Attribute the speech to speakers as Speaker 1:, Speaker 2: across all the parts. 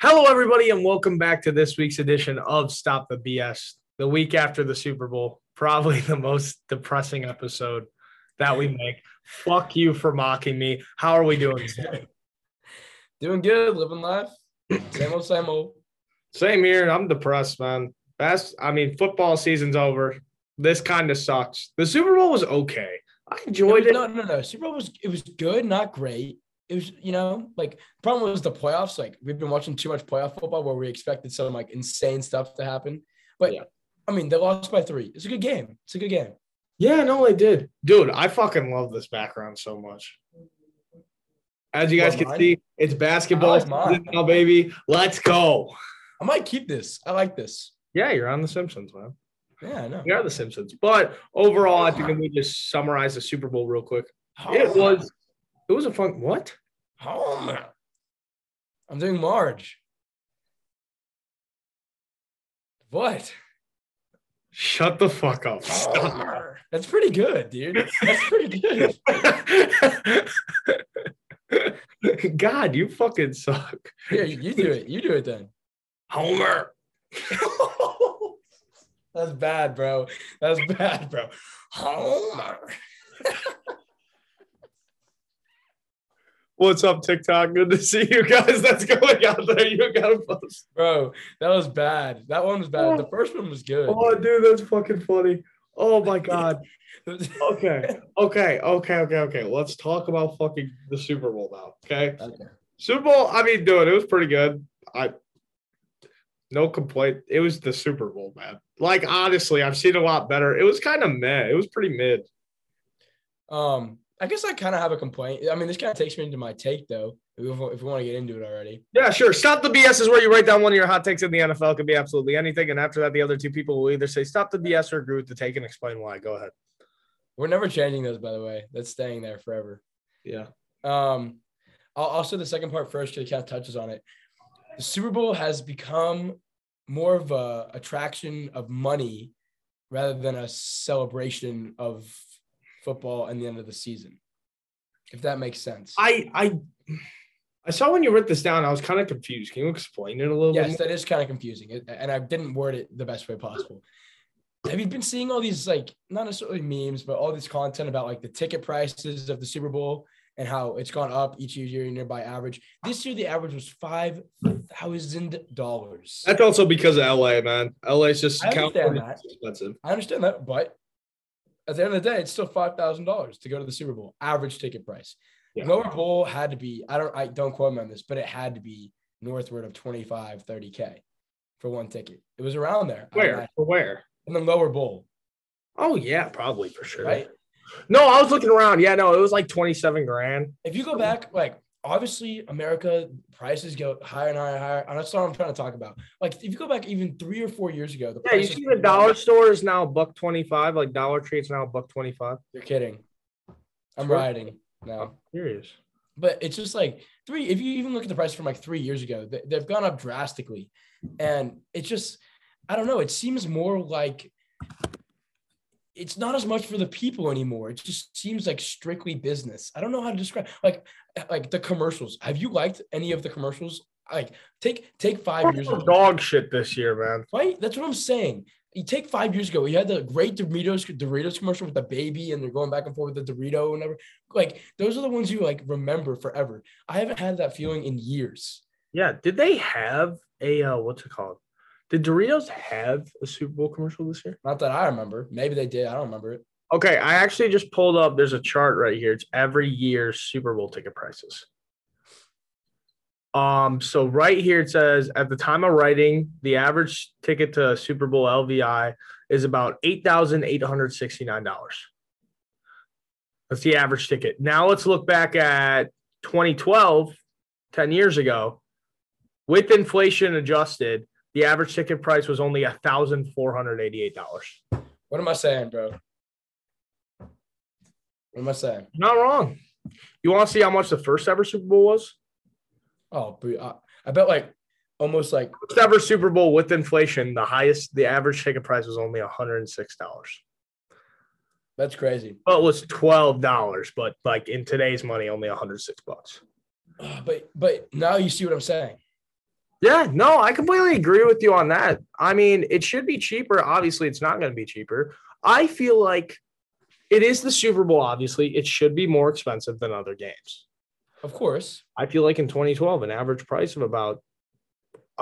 Speaker 1: Hello, everybody, and welcome back to this week's edition of Stop the BS, the week after the Super Bowl. Probably the most depressing episode that we make. Fuck you for mocking me. How are we doing? today?
Speaker 2: Doing good, living life. Same old, same old.
Speaker 1: Same here. I'm depressed, man. That's, I mean, football season's over. This kind of sucks. The Super Bowl was okay. I
Speaker 2: It
Speaker 1: enjoyed
Speaker 2: was,
Speaker 1: it.
Speaker 2: no, no, no. Super Bowl was it was good, not great. It was, you know, like problem was the playoffs. Like we've been watching too much playoff football where we expected some like insane stuff to happen. But
Speaker 1: Yeah.
Speaker 2: I mean, they lost by three. It's a good game. It's a good game.
Speaker 1: Yeah, no, I did. Dude, I fucking love this background so much. As you guys
Speaker 2: What,
Speaker 1: can
Speaker 2: mine?
Speaker 1: see, it's basketball
Speaker 2: I like mine.
Speaker 1: season now, baby. Let's go.
Speaker 2: I might keep this. I like this.
Speaker 1: Yeah, you're on The Simpsons, man.
Speaker 2: Yeah, I know.
Speaker 1: We are the Simpsons. But overall, I think if we just summarize the Super Bowl real quick. It was it was a fun what?
Speaker 2: home. I'm doing Marge. What?
Speaker 1: Shut the fuck up. Stop.
Speaker 2: That's pretty good, dude. That's pretty good.
Speaker 1: Oh. God, you fucking suck.
Speaker 2: Here, you you do it. You do it then.
Speaker 1: Homer.
Speaker 2: That's bad, bro. That's bad, bro. Homer.
Speaker 1: What's up, TikTok? Good to see you guys. That's going out there. You gotta post.
Speaker 2: Bro, that was bad. That one was bad. The first one was good.
Speaker 1: Oh, dude, that's fucking funny. Oh my god. Okay. Okay. Okay. Okay. Okay. Let's talk about fucking the Super Bowl now. Okay.
Speaker 2: okay.
Speaker 1: Super Bowl, I mean, dude, it was pretty good. I no complaint. It was the Super Bowl, man. Like honestly, I've seen a lot better. It was kind of meh. It was pretty mid.
Speaker 2: Um, I guess I kind of have a complaint. I mean, this kind of takes me into my take though. If we, if we want to get into it already.
Speaker 1: Yeah, sure. Stop the BS is where you write down one of your hot takes in the NFL. It could be absolutely anything. And after that, the other two people will either say stop the BS or agree with the take and explain why. Go ahead.
Speaker 2: We're never changing those, by the way. That's staying there forever.
Speaker 1: Yeah.
Speaker 2: Um, I'll, I'll say the second part first because it kind of touches on it. The Super Bowl has become more of a attraction of money rather than a celebration of football and the end of the season. If that makes sense.
Speaker 1: I I I saw when you wrote this down, I was kind of confused. Can you explain it a little
Speaker 2: yes,
Speaker 1: bit?
Speaker 2: that is kind of confusing, it- and I didn't word it the best way possible. Have you been seeing all these like not necessarily memes, but all this content about like the ticket prices of the Super Bowl and how it's gone up each year nearby average? This year the average was five thousand dollars.
Speaker 1: That's also because of LA, man. LA's just
Speaker 2: I understand
Speaker 1: California's
Speaker 2: that.
Speaker 1: expensive.
Speaker 2: I understand that, but at the end of the day, it's still five thousand dollars to go to the Super Bowl. Average ticket price.
Speaker 1: Yeah.
Speaker 2: Lower bowl had to be. I don't. I don't quote me on this, but it had to be northward of 25, 30 k for one ticket. It was around there. I
Speaker 1: Where?
Speaker 2: imagine.
Speaker 1: For where?
Speaker 2: And then lower bowl,
Speaker 1: Oh yeah, probably for sure.
Speaker 2: right?
Speaker 1: No, I was looking around. Yeah, no, it was like 27 grand.
Speaker 2: If you go back, like obviously America prices go higher and higher and higher. And that's what I'm trying to talk about. Like if you go back even three or four years ago, the
Speaker 1: Yeah, you
Speaker 2: prices
Speaker 1: see
Speaker 2: were
Speaker 1: the dollar store is now a buck 25, like Dollar Tree is now a buck 25.
Speaker 2: You're kidding. I'm
Speaker 1: Sure.
Speaker 2: riding now.
Speaker 1: Serious.
Speaker 2: but it's just like three if you even look at the price from like three years ago they, they've gone up drastically and it's just i don't know it seems more like it's not as much for the people anymore it just seems like strictly business i don't know how to describe like like the commercials have you liked any of the commercials like take take five years ago
Speaker 1: Dog shit this year, man.
Speaker 2: right that's what i'm saying you take five years ago, you had the great Doritos Doritos commercial with the baby, and they're going back and forth with the Dorito and whatever. Like those are the ones you like remember forever. I haven't had that feeling in years.
Speaker 1: Yeah, did they have a uh, what's it called? Did Doritos have a Super Bowl commercial this year?
Speaker 2: Not that I remember. Maybe they did. I don't remember it.
Speaker 1: Okay, I actually just pulled up. There's a chart right here. It's every year's Super Bowl ticket prices. Um, so right here it says at the time of writing, the average ticket to Super Bowl LVI is about eight thousand eight hundred sixty-nine dollars. That's the average ticket. Now let's look back at 2012, 10 years ago, with inflation adjusted, the average ticket price was only thousand four hundred eighty-eight dollars.
Speaker 2: What am I saying, bro? What am I saying?
Speaker 1: Not wrong. You want to see how much the first ever Super Bowl was?
Speaker 2: Oh, boo- I, I bet like almost like
Speaker 1: First ever Super Bowl with inflation, the highest, the average ticket price was only $106.
Speaker 2: that's crazy.
Speaker 1: Well, it was $12, but like in today's money, only 106 bucks.
Speaker 2: Uh, Ah, But but now you see what I'm saying.
Speaker 1: Yeah, no, I completely agree with you on that. I mean, it should be cheaper. Obviously, it's not going to be cheaper. I feel like it is the Super Bowl, obviously. It should be more expensive than other games.
Speaker 2: Of course.
Speaker 1: I feel like in 2012, an average price of about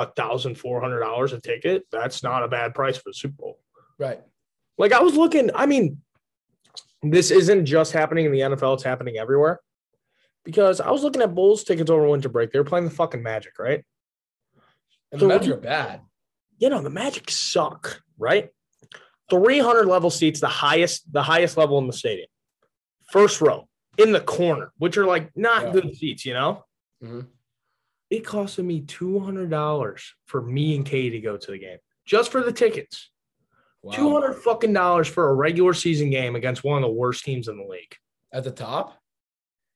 Speaker 1: $1,400 a ticket, that's not a bad price for the Super Bowl.
Speaker 2: Right.
Speaker 1: Like, I was looking, I mean, this isn't just happening in the NFL, it's happening everywhere. Because I was looking at Bulls tickets over winter break. They were playing the fucking Magic, right?
Speaker 2: And
Speaker 1: So
Speaker 2: the
Speaker 1: what
Speaker 2: Magic
Speaker 1: do-
Speaker 2: are bad.
Speaker 1: you know the magic suck right 300 level seats the highest the highest level in the stadium first row in the corner which are like not
Speaker 2: Yeah.
Speaker 1: good seats you know
Speaker 2: Mhm.
Speaker 1: it costed me $200 for me and katie to go to the game just for the tickets
Speaker 2: Wow.
Speaker 1: 200 fucking dollars for a regular season game against one of the worst teams in the league
Speaker 2: at the top.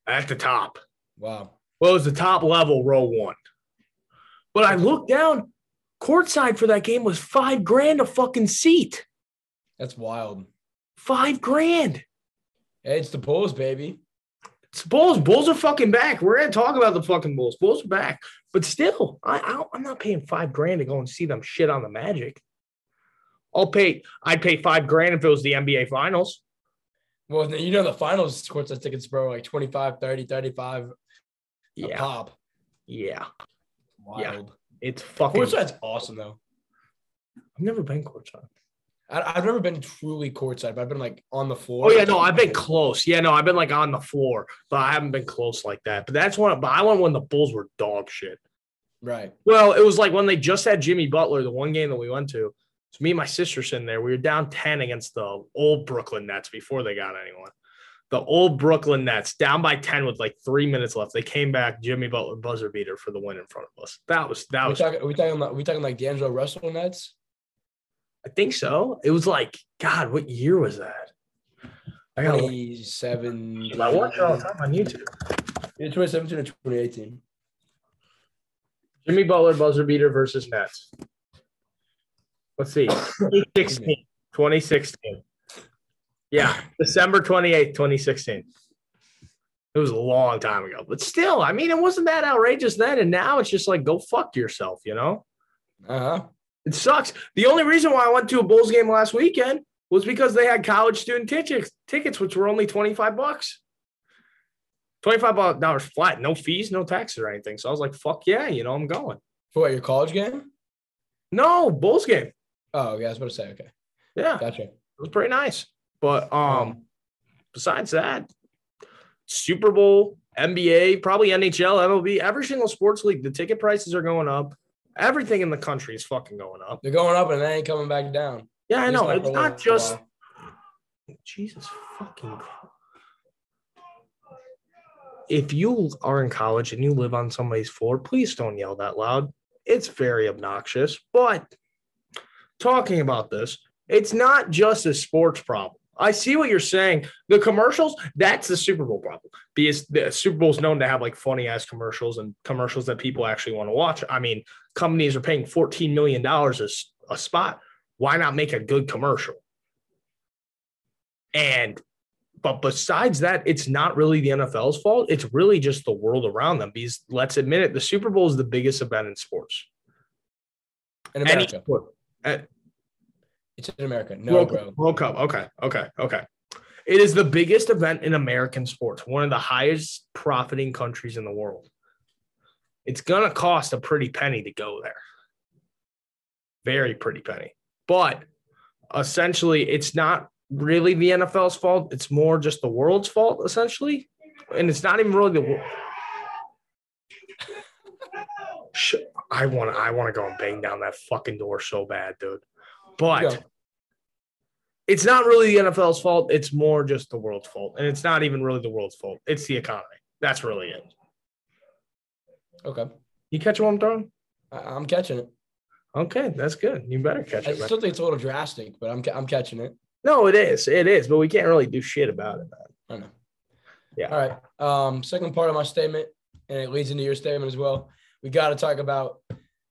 Speaker 1: at the top
Speaker 2: Wow.
Speaker 1: well it was the top level row one but i looked down courtside for that game was five grand a fucking seat
Speaker 2: That's wild.
Speaker 1: five grand
Speaker 2: Hey, it's the Bulls, baby.
Speaker 1: It's Bulls. Bulls are fucking back. We're gonna talk about the fucking Bulls. Bulls are back, but still, I, I don't- I'm not paying five grand to go and see them shit on the Magic. I'll pay. I'd pay five grand if it was the NBA Finals.
Speaker 2: Well, then, you know, the finals courtside tickets, bro, like 25, 30, 35 a
Speaker 1: Yeah,
Speaker 2: pop.
Speaker 1: yeah.
Speaker 2: Wild.
Speaker 1: It's fucking.
Speaker 2: Courtside's awesome, though.
Speaker 1: I've never been courtside.
Speaker 2: I, I've never been truly courtside, but I've been like on the floor.
Speaker 1: Oh yeah, no, I've been close. Yeah, no, I've been like on the floor, but I haven't been close like that. But that's when. But I went when the Bulls were dog shit.
Speaker 2: Right.
Speaker 1: Well, it was like when they just had Jimmy Butler, the one game that we went to. It's me and my sister sitting there. We were down 10 against the old Brooklyn Nets before they got anyone. The old Brooklyn Nets down by 10 with like three minutes left. They came back, Jimmy Butler buzzer beater for the win in front of us. That was that
Speaker 2: Are we,
Speaker 1: was
Speaker 2: talking, are, we talking like, are we talking like D'Angelo Russell Nets?
Speaker 1: I think so. It was like, God, what year was that? I got
Speaker 2: 27.
Speaker 1: I watch it all the time on YouTube.
Speaker 2: Yeah, 2017 or 2018.
Speaker 1: Jimmy Butler buzzer beater versus Nets. Let's see. 2016. 2016. Yeah, December 28th, 2016. It was a long time ago, but still, I mean, it wasn't that outrageous then. And now it's just like, go fuck yourself, you know?
Speaker 2: Uh huh.
Speaker 1: It sucks. The only reason why I went to a Bulls game last weekend was because they had college student tickets, tickets which were only 25 bucks. 25 dollars flat, no fees, no taxes or anything. So I was like, fuck yeah, you know, I'm going.
Speaker 2: For what, your college game?
Speaker 1: No, Bulls game.
Speaker 2: Oh, yeah, I was about to say. Okay.
Speaker 1: Yeah, it
Speaker 2: Gotcha.
Speaker 1: was pretty nice. But um, besides that, Super Bowl, NBA, probably NHL, MLB, every single sports league, the ticket prices are going up. Everything in the country is fucking going up.
Speaker 2: They're going up and they ain't coming back down.
Speaker 1: Yeah, I
Speaker 2: At least
Speaker 1: know.
Speaker 2: for
Speaker 1: It's
Speaker 2: a
Speaker 1: not
Speaker 2: little
Speaker 1: just
Speaker 2: while.
Speaker 1: Jesus fucking. Christ. If you are in college and you live on somebody's floor, please don't yell that loud. It's very obnoxious. But talking about this, it's not just a sports problem. I see what you're saying. The commercials, that's the Super Bowl problem. Because the Super Bowl is known to have like funny ass commercials and commercials that people actually want to watch. I mean, companies are paying $14 million a, s- a spot. Why not make a good commercial? And but besides that, it's not really the NFL's fault. It's really just the world around them. Because let's admit it, the Super Bowl is the biggest event in sports.
Speaker 2: In
Speaker 1: Any
Speaker 2: America.
Speaker 1: sport.
Speaker 2: It's in America. No,
Speaker 1: World,
Speaker 2: bro.
Speaker 1: Cup, World Cup. Okay. Okay. Okay. It is the biggest event in American sports, one of the highest profiting countries in the world. It's going to cost a pretty penny to go there. Very pretty penny. But essentially, it's not really the NFL's fault. It's more just the world's fault, essentially. And it's not even really the world. I want to I want to go and bang down that fucking door so bad, dude. But
Speaker 2: Yeah.
Speaker 1: it's not really the NFL's fault. It's more just the world's fault. And it's not even really the world's fault. It's the economy. That's really it.
Speaker 2: Okay.
Speaker 1: You catch what I'm throwing?
Speaker 2: I, I'm catching it.
Speaker 1: Okay, that's good. You better catch
Speaker 2: I
Speaker 1: it. man.
Speaker 2: still think it's a little drastic, but I'm, ca- I'm catching it.
Speaker 1: No, it is. It is, but we can't really do shit about it.
Speaker 2: I know.
Speaker 1: Yeah.
Speaker 2: All right. Um, second part of my statement, and it leads into your statement as well. We got to talk about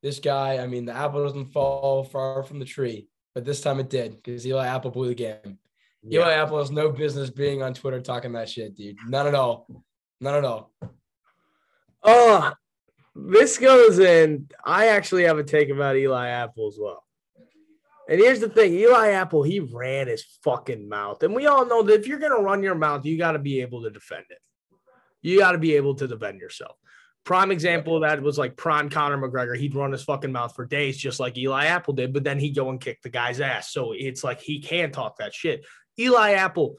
Speaker 2: this guy. I mean, the apple doesn't fall far from the tree, but this time it did because Eli Apple blew the game. Eli Apple has no business being on Twitter talking that shit, dude. None at all. None at all.
Speaker 1: Uh, this goes in. I actually have a take about Eli Apple as well. And here's the thing Eli Apple, he ran his fucking mouth. And we all know that if you're going to run your mouth, you got to be able to defend it. You got to be able to defend yourself. Prime example of that was like prime Conor McGregor. He'd run his fucking mouth for days, just like Eli Apple did, but then he'd go and kick the guy's ass. So it's like he can talk that shit. Eli Apple,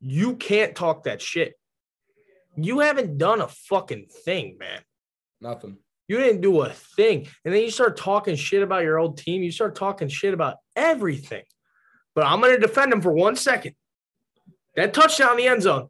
Speaker 1: you can't talk that shit. You haven't done a fucking thing, man.
Speaker 2: Nothing.
Speaker 1: You didn't do a thing. And then you start talking shit about your old team. You start talking shit about everything. But I'm going to defend him for one second. That touchdown in the end zone.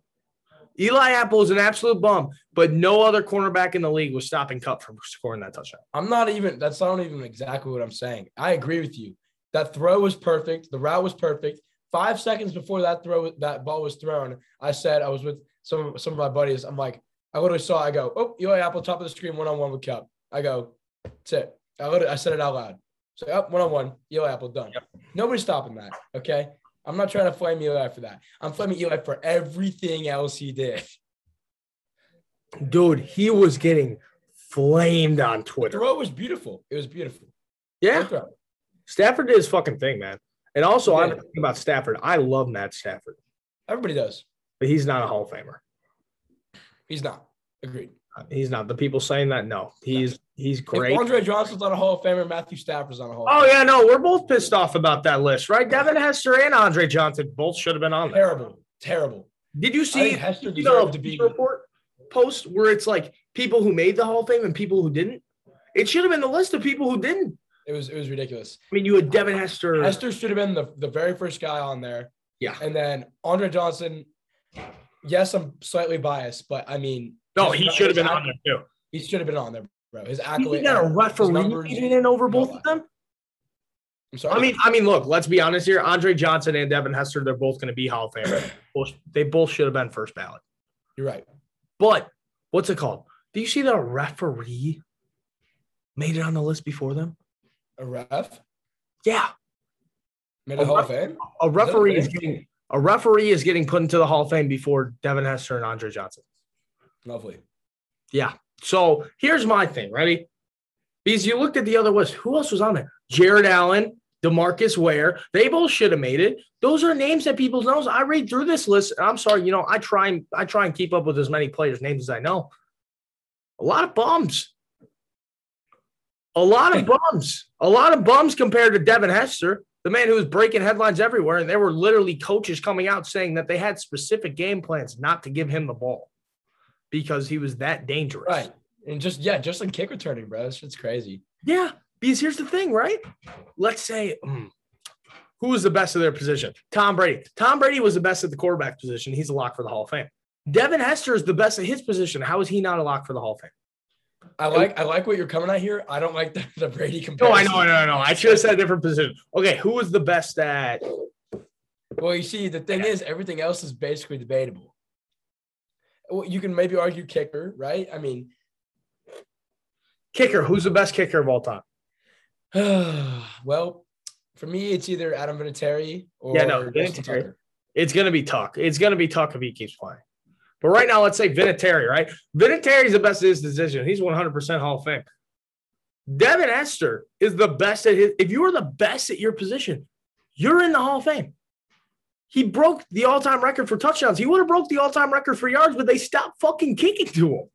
Speaker 1: Eli Apple is an absolute bum, but no other cornerback in the league was stopping Cup from scoring that touchdown.
Speaker 2: I'm not even. That's not even exactly what I'm saying. I agree with you. That throw was perfect. The route was perfect. Five seconds before that throw, that ball was thrown, I said I was with some some of my buddies. I'm like, I literally saw. I go, oh, Eli Apple, top of the screen, one on one with Cup. I go, that's it. I literally, I said it out loud. So oh, up one on one, Eli Apple done.
Speaker 1: Yep.
Speaker 2: Nobody's stopping that. Okay. I'm not trying to flame Eli for that. I'm flaming Eli for everything else he did.
Speaker 1: Dude, he was getting flamed on
Speaker 2: The
Speaker 1: Twitter.
Speaker 2: throw was beautiful. It was beautiful.
Speaker 1: Yeah.
Speaker 2: Good throw.
Speaker 1: Stafford did his fucking thing, man. And also, I'm
Speaker 2: Yeah.
Speaker 1: thinking about Stafford. I love Matt Stafford,
Speaker 2: Everybody does.
Speaker 1: but he's not a Hall of Famer.
Speaker 2: He's not. Agreed.
Speaker 1: He's not. The people saying that, no, he's he's great.
Speaker 2: If Andre Johnson's on a Hall of Famer, Matthew Stafford's on a Hall.
Speaker 1: Oh
Speaker 2: of
Speaker 1: yeah, no, we're both pissed off about that list, right? Devin Hester and Andre Johnson both should have been on
Speaker 2: Famer.
Speaker 1: there.
Speaker 2: Terrible. Terrible.
Speaker 1: Did you
Speaker 2: I think
Speaker 1: see
Speaker 2: Hester
Speaker 1: you know,
Speaker 2: deserved to be.
Speaker 1: report post where it's like people who made the Hall of Fame and people who didn't? It should have been the list of people who didn't.
Speaker 2: It was it was ridiculous.
Speaker 1: I mean, you had Devin Hester.
Speaker 2: Hester should have been the, the very first guy on there.
Speaker 1: Yeah.
Speaker 2: And then Andre Johnson. Yes, I'm slightly biased, but I mean,
Speaker 1: no,
Speaker 2: his-
Speaker 1: he should have been on there too.
Speaker 2: He should have been on there, bro. His
Speaker 1: You
Speaker 2: accolade.
Speaker 1: got a
Speaker 2: his
Speaker 1: referee
Speaker 2: numbers-
Speaker 1: getting in over both of them.
Speaker 2: I'm
Speaker 1: I
Speaker 2: sorry.
Speaker 1: mean, I mean, look, let's be honest here. Andre Johnson and Devin Hester, they're both going to be Hall of Famers. Both- they both should have been first ballot.
Speaker 2: you're right.
Speaker 1: But what's it called? Do you see that a referee made it on the list before them?
Speaker 2: A ref
Speaker 1: Yeah,
Speaker 2: made
Speaker 1: A
Speaker 2: a Hall of Fame.
Speaker 1: a referee is
Speaker 2: fair?
Speaker 1: getting a referee is getting put into the Hall of Fame before Devin Hester and Andre Johnson.
Speaker 2: Lovely.
Speaker 1: So here's my thing. Ready? Because you looked at the other list. Who else was on there? Jared Allen, Demarcus Ware. They both should have made it. Those are names that people know. I read through this list, and I'm sorry, you know, I try and I try and keep up with as many players' names as I know. A lot of bums. A lot of bums. A lot of bums compared to Devin Hester, the man who was breaking headlines everywhere. And there were literally coaches coming out saying that they had specific game plans not to give him the ball because he was that dangerous.
Speaker 2: Right. And just yeah, just in kick returning, bro. It's shit's crazy.
Speaker 1: Yeah, because here's the thing, right? Let's say mm, who was the best of their position? Tom Brady. Tom Brady was the best at the quarterback position. He's a lock for the Hall of Fame. Devin Hester is the best at his position. How is he not a lock for the Hall of Fame?
Speaker 2: I like I like what you're coming at here. I don't like the, the Brady
Speaker 1: No, I
Speaker 2: comparison.
Speaker 1: know, I know, I know. I should have said a different position. Okay, who was the best at?
Speaker 2: Well, you see, the thing is, everything else is basically debatable. Well, you can maybe argue kicker, right? I mean,
Speaker 1: Kicker. Who's the best kicker of all time?
Speaker 2: well, for me, it's either Adam Vinatieri or
Speaker 1: Yeah, no,
Speaker 2: Justin
Speaker 1: Vinatieri.
Speaker 2: Tucker.
Speaker 1: It's gonna be Tuck. It's gonna be Tuck if he keeps playing. But right now, let's say Vinatieri, right? Vinatieri's the best at his position. He's 100% Hall of Fame. Devin Esther is the best at his. If you are the best at your position, you're in the Hall of Fame. He broke the all-time record for touchdowns. He would have broke the all-time record for yards, but they stopped fucking kicking to him.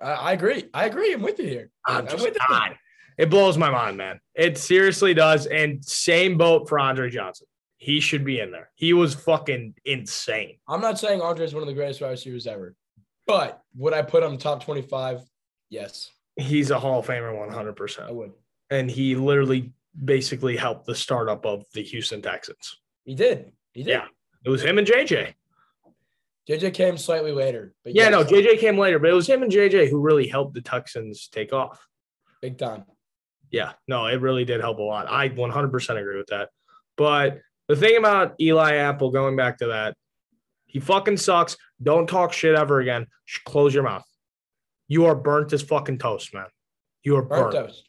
Speaker 2: I, I agree. I agree. I'm with you here.
Speaker 1: I'm just
Speaker 2: with you.
Speaker 1: not. It blows my mind, man. It seriously does. And same boat for Andre Johnson. He should be in there. He was fucking insane.
Speaker 2: I'm not saying Andre is one of the greatest wide receivers ever, but would I put him top 25? Yes,
Speaker 1: He's a Hall of Famer 100%.
Speaker 2: I would.
Speaker 1: and he literally basically helped the startup of the Houston Texans.
Speaker 2: He did. He did.
Speaker 1: Yeah. It was him and JJ.
Speaker 2: JJ came slightly later, but
Speaker 1: Yeah,
Speaker 2: yes,
Speaker 1: no, JJ came later, but it was him and JJ who really helped the Texans take off.
Speaker 2: big time.
Speaker 1: Yeah, no, it really did help a lot. I 100% agree with that. But the thing about Eli Apple, going back to that, he fucking sucks. Don't talk shit ever again. Sh- Close your mouth. You are burnt as fucking toast, man. You are burnt.
Speaker 2: Burnt toast.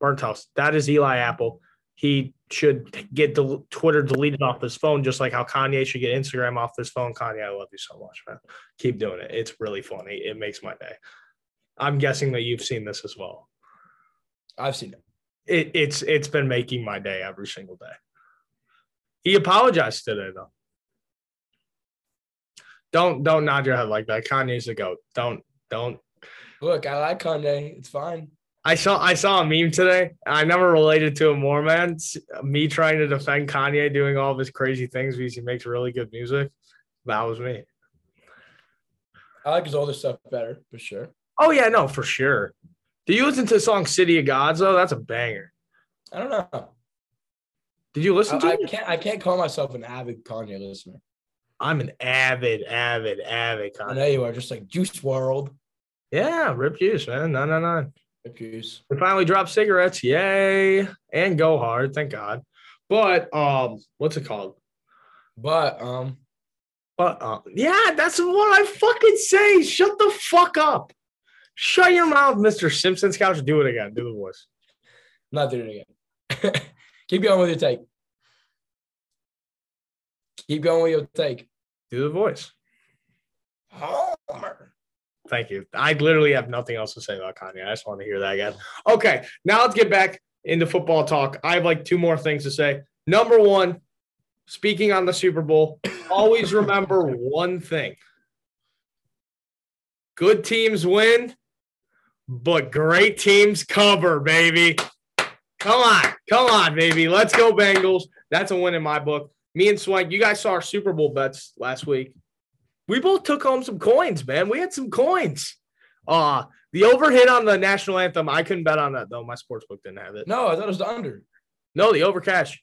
Speaker 1: burnt house. That is Eli Apple. He should get the Twitter deleted off his phone, just like how Kanye should get Instagram off his phone. Kanye, I love you so much, man. Keep doing it. It's really funny. It makes my day. I'm guessing that you've seen this as well.
Speaker 2: I've seen it.
Speaker 1: It, it's it's been making my day every single day. He apologized today though. Don't don't nod your head like that. Kanye's a goat. Don't don't.
Speaker 2: Look, I like Kanye. It's fine.
Speaker 1: I saw I saw a meme today. I never related to it more, man. It's me trying to defend Kanye doing all of his crazy things because he makes really good music. That was me.
Speaker 2: I like his older stuff better for sure.
Speaker 1: Oh yeah, no, for sure. Do you listen to the song "City of Gods"? Though that's a banger.
Speaker 2: I don't know.
Speaker 1: Did you listen to
Speaker 2: I, I
Speaker 1: it?
Speaker 2: can't. I can't call myself an avid Kanye listener.
Speaker 1: I'm an avid, avid, avid
Speaker 2: I
Speaker 1: Kanye.
Speaker 2: know you are. Just like Juice World.
Speaker 1: Yeah, rip juice, man. No, no, no.
Speaker 2: Juice.
Speaker 1: They finally dropped cigarettes. Yay! And go hard. Thank God. But um, what's it called?
Speaker 2: But um,
Speaker 1: But uh, yeah, that's what I fucking say. Shut the fuck up. Shut your mouth, Mr. Simpson's couch. Do it again. Do the voice.
Speaker 2: I'm not doing it again. Keep going with your take. Keep going with your take.
Speaker 1: Do the voice.
Speaker 2: Homer.
Speaker 1: Thank you. I literally have nothing else to say about Kanye. I just want to hear that again. Okay, now let's get back into football talk. I have like two more things to say. Number one, speaking on the Super Bowl, always remember one thing good teams win, but great teams cover, baby. Come on, come on, baby. Let's go, Bengals. That's a win in my book. Me and Swank, you guys saw our Super Bowl bets last week we both took home some coins, man. We had some coins. Uh the overhit on the national anthem. I couldn't bet on that though. My sports book didn't have it.
Speaker 2: No, I thought it was the under.
Speaker 1: No, the over cash.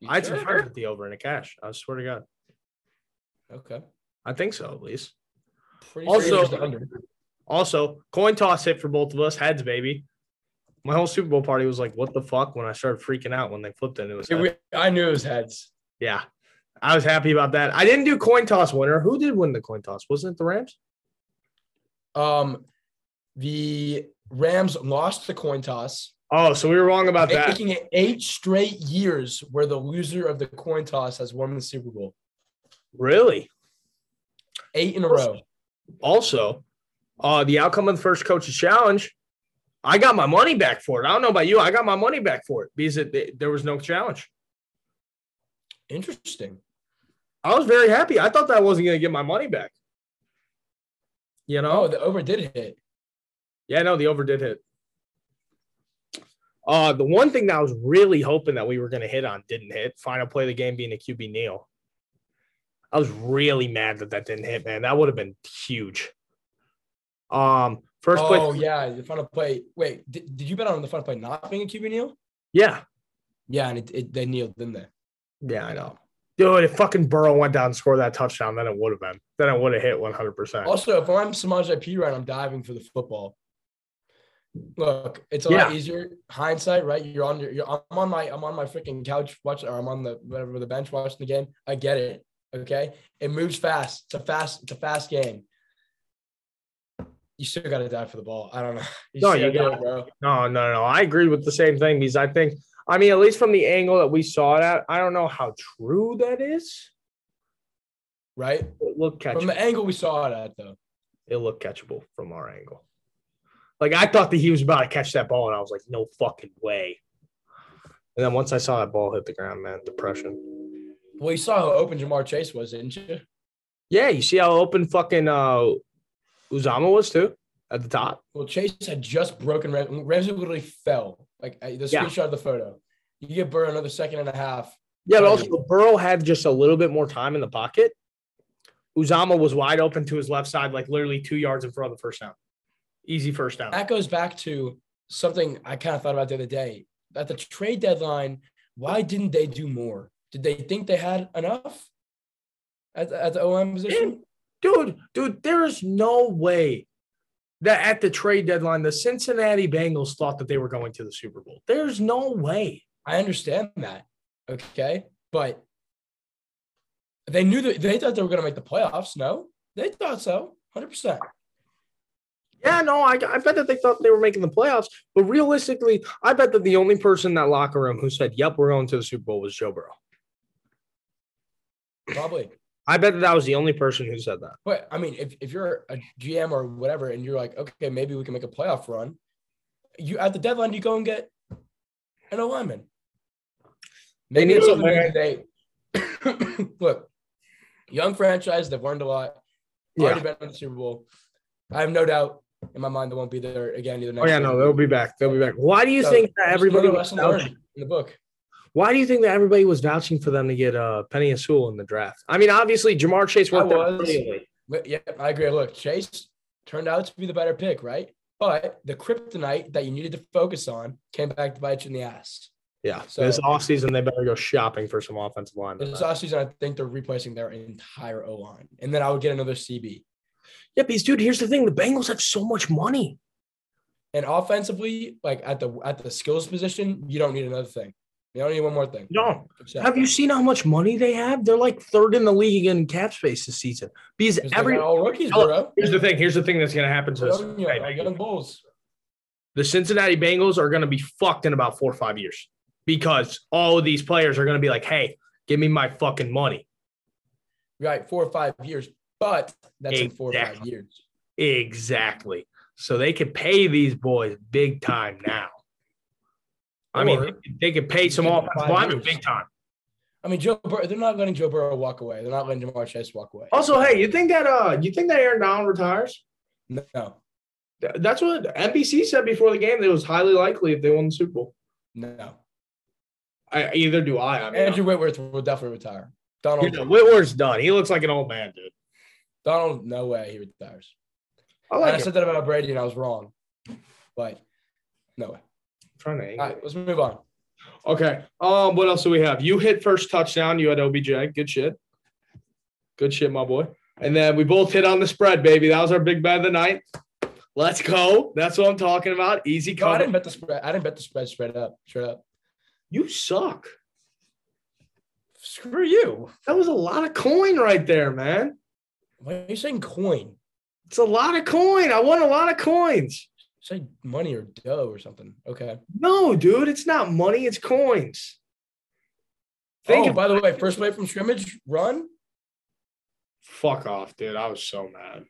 Speaker 2: You
Speaker 1: I had
Speaker 2: sure?
Speaker 1: some friends with the over and the cash. I swear to God.
Speaker 2: Okay.
Speaker 1: I think so, at least.
Speaker 2: Pretty
Speaker 1: Also-
Speaker 2: sure it was the under.
Speaker 1: Also, coin toss hit for both of us. Heads, baby. My whole Super Bowl party was like, what the fuck? When I started freaking out when they flipped it. It was
Speaker 2: Yeah, we- I knew it was heads.
Speaker 1: yeah. I was happy about that. I didn't do coin toss winner. Who did win the coin toss? Wasn't it the Rams?
Speaker 2: Um, the Rams lost the coin toss,
Speaker 1: Oh, so we were wrong about that.
Speaker 2: making it eight straight years where the loser of the coin toss has won the Super Bowl.
Speaker 1: Really?
Speaker 2: Eight in a row.
Speaker 1: also uh the outcome of the first coach's challenge i got my money back for it i don't know about you i got my money back for it because it, it- there was no challenge
Speaker 2: Interesting.
Speaker 1: i was very happy i thought that I wasn't going to get my money back you know
Speaker 2: Oh, the over did hit.
Speaker 1: yeah no the over did hit uh the one thing that i was really hoping that we were going to hit on didn't hit final play of the game being a qb kneel i was really mad that that didn't hit man that would have been huge um first play
Speaker 2: oh yeah, the final play. Wait, did, did you bet on the final play not being a QB kneel?
Speaker 1: yeah
Speaker 2: Yeah, and it, it they kneeled, didn't they?
Speaker 1: Yeah, I know. Dude, if fucking Burrow went down and scored that touchdown, then it would have been. Then it would have hit 100%.
Speaker 2: Also, if I'm Samaj IP right, I'm diving for the football. Look, it's a lot easier hindsight, right? You're on your, you're, I'm on my, I'm on my freaking couch watching, or I'm on the whatever the bench watching the game. I get it. Okay, it moves fast. It's a fast, it's a fast game. You still got to dive for the ball. I don't know. You
Speaker 1: No,
Speaker 2: still
Speaker 1: you
Speaker 2: gotta
Speaker 1: got-
Speaker 2: do it, bro.
Speaker 1: No, no, no. I agree with the same thing because I think, I mean, at least from the angle that we saw it at, I don't know how true that is.
Speaker 2: Right
Speaker 1: It looked
Speaker 2: from
Speaker 1: catchable.
Speaker 2: the angle we saw it at, though.
Speaker 1: It looked catchable from our angle. Like, I thought that he was about to catch that ball, and I was like, no fucking way. And then once I saw that ball hit the ground, man, depression.
Speaker 2: Well, you saw how open Jamar Chase was, didn't you?
Speaker 1: Yeah, you see how open fucking uh, Uzama was too at the top?
Speaker 2: Well, Chase had just broken Ramsey. Ramsey literally fell. Like I- the
Speaker 1: Yeah.
Speaker 2: screenshot of the photo. You give Burrow another second and a half.
Speaker 1: Yeah, but
Speaker 2: Right.
Speaker 1: also Burrow had just a little bit more time in the pocket. Uzama was wide open to his left side, like literally two yards in front of the first down. Easy first down.
Speaker 2: That goes back to something I kind of thought about the other day. At the trade deadline, why didn't they do more? Did they think they had enough at the, at the OM position?
Speaker 1: Dude, dude, there is no way that at the trade deadline, the Cincinnati Bengals thought that they were going to the Super Bowl. There's no way.
Speaker 2: I understand that. Okay. But they knew that they thought they were going to make the playoffs. No, they thought so. 100%.
Speaker 1: Yeah, no, I, I bet that they thought they were making the playoffs. But realistically, I bet that the only person in that locker room who said, yep, we're going to the Super Bowl was Joe Burrow.
Speaker 2: Probably.
Speaker 1: I bet that, that was the only person who said that.
Speaker 2: But I mean, if, if you're a GM or whatever, and you're like, okay, maybe we can make a playoff run, you at the deadline, you go and get an alignment. Maybe
Speaker 1: They
Speaker 2: it's
Speaker 1: do,
Speaker 2: something that they look young franchise. They've learned a lot. Already been in the Super Bowl. I have no doubt in my mind they won't be there again either.
Speaker 1: Oh yeah,
Speaker 2: year.
Speaker 1: no, they'll be back. They'll be back. Why do you
Speaker 2: So,
Speaker 1: think that
Speaker 2: Just
Speaker 1: everybody
Speaker 2: another
Speaker 1: was
Speaker 2: lesson
Speaker 1: vouching-
Speaker 2: learned in the book.
Speaker 1: Why do you think that everybody was vouching for them to get uh, Penny and Sewell in the draft? I mean, obviously Jamar Chase worked
Speaker 2: I
Speaker 1: out
Speaker 2: was.
Speaker 1: brilliantly.
Speaker 2: But, Yeah, I agree. Look, Chase turned out to be the better pick, right? But the kryptonite that you needed to focus on came back to bite you in the ass.
Speaker 1: Yeah.
Speaker 2: So-
Speaker 1: this offseason, they better go shopping for some offensive linemen.
Speaker 2: This offseason, I think they're replacing their entire O line, and then I would get another CB.
Speaker 1: Yeah, because dude, here's the thing: the Bengals have so much money.
Speaker 2: And offensively, like at the at the skills position, you don't need another thing. You don't need one more thing.
Speaker 1: No,
Speaker 2: Except-
Speaker 1: have you seen how much money they have? They're like third in the league in cap space this season. Because
Speaker 2: Because they
Speaker 1: every
Speaker 2: got all rookies,
Speaker 1: Look,
Speaker 2: bro.
Speaker 1: here's the thing. Here's the thing that's going to happen to us.
Speaker 2: Young, young, young bulls.
Speaker 1: the Cincinnati Bengals are going to be fucked in about four or five years because all of these players are going to be like, "Hey, give me my fucking money."
Speaker 2: Right, four or five years, but that's in four or five
Speaker 1: Exactly.
Speaker 2: years.
Speaker 1: Exactly. So they could pay these boys big time now. I mean,
Speaker 2: Or-
Speaker 1: they could- they could pay some
Speaker 2: Give them
Speaker 1: offensive
Speaker 2: five
Speaker 1: linemen
Speaker 2: years.
Speaker 1: big time.
Speaker 2: I mean, Joe. Burrow, they're not letting Joe Burrow walk away. They're not letting Jamar Chase walk away.
Speaker 1: Also, hey, you think that uh, you think that Aaron Donald retires?
Speaker 2: no,
Speaker 1: Th- That's what NBC said before the game. That it was highly likely if they won the Super Bowl.
Speaker 2: no.
Speaker 1: I, either do I. I mean,
Speaker 2: Andrew Whitworth will definitely retire. Donald,
Speaker 1: yeah, Whitworth's done. He looks like an old man, dude.
Speaker 2: Donald, no way he retires.
Speaker 1: I
Speaker 2: And I,
Speaker 1: like him.
Speaker 2: said that about Brady, and I was wrong, but no way.
Speaker 1: trying to.
Speaker 2: All right, let's move on.
Speaker 1: Okay. Um, what else do we have? You hit first touchdown. You had OBJ. Good shit. Good shit, my boy. And then we both hit on the spread, baby. That was our big bet of the night. Let's go. That's what I'm talking about. Easy
Speaker 2: No, I
Speaker 1: cover.
Speaker 2: didn't bet the spread. I didn't bet the spread straight up. Straight up.
Speaker 1: you suck.
Speaker 2: Screw you.
Speaker 1: That was a lot of coin right there, man.
Speaker 2: Why are you saying coin?
Speaker 1: It's a lot of coin. I won a lot of coins.
Speaker 2: Say money or dough or something. Okay.
Speaker 1: No, dude, it's not money. It's coins. Think
Speaker 2: oh,
Speaker 1: about
Speaker 2: by the way, first play from scrimmage, run.
Speaker 1: fuck off, dude. I was so mad.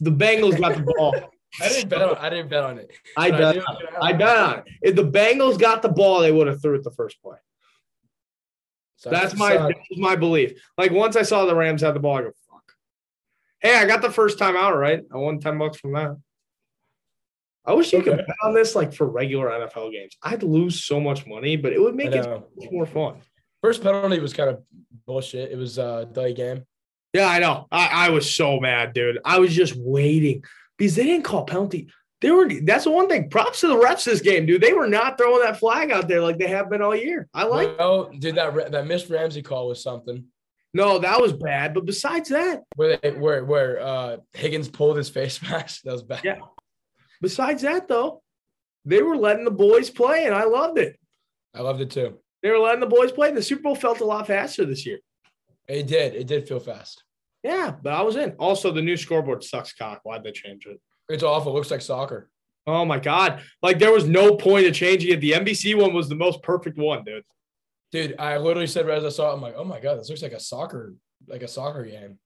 Speaker 1: The Bengals got the ball.
Speaker 2: I didn't bet on. I didn't bet on it.
Speaker 1: I
Speaker 2: But
Speaker 1: bet.
Speaker 2: do-
Speaker 1: I bet on it. If the Bengals got the ball, they would have threw it the first play.
Speaker 2: So
Speaker 1: That's
Speaker 2: it's
Speaker 1: my
Speaker 2: not-
Speaker 1: that's my belief. Like once I saw the Rams had the ball, I go, fuck. Hey, I got the first time out, right? I won 10 bucks from that. I wish you could
Speaker 2: Okay.
Speaker 1: bet on this like for regular NFL games. I'd lose so much money, but it would
Speaker 2: I
Speaker 1: make it
Speaker 2: know.
Speaker 1: much more fun.
Speaker 2: First penalty was kind of bullshit. It was a delay game.
Speaker 1: Yeah, I know. I, I was so mad, dude. I was just waiting because they didn't call penalty. They were that's the one thing. Props to the refs this game, dude. They were not throwing that flag out there like they have been all year. I like
Speaker 2: Oh, dude, that Ra- that missed Ramsey call was something.
Speaker 1: No, that was bad. But besides that,
Speaker 2: Where they, where where uh, Higgins pulled his face mask. That was bad.
Speaker 1: Yeah. besides that though, they were letting the boys play, and I loved it.
Speaker 2: I loved it too.
Speaker 1: They were letting the boys play. The Super Bowl felt a lot faster this year.
Speaker 2: It did. It did feel fast.
Speaker 1: Yeah, but I was in. Also, the new scoreboard sucks cock. Why'd they change it?
Speaker 2: It's awful. It looks like soccer.
Speaker 1: Oh my god! Like there was no point of changing it. The NBC one was the most perfect one, dude.
Speaker 2: Dude, I literally said right as I saw it, I'm like, oh my god, this looks like a soccer, like a soccer game.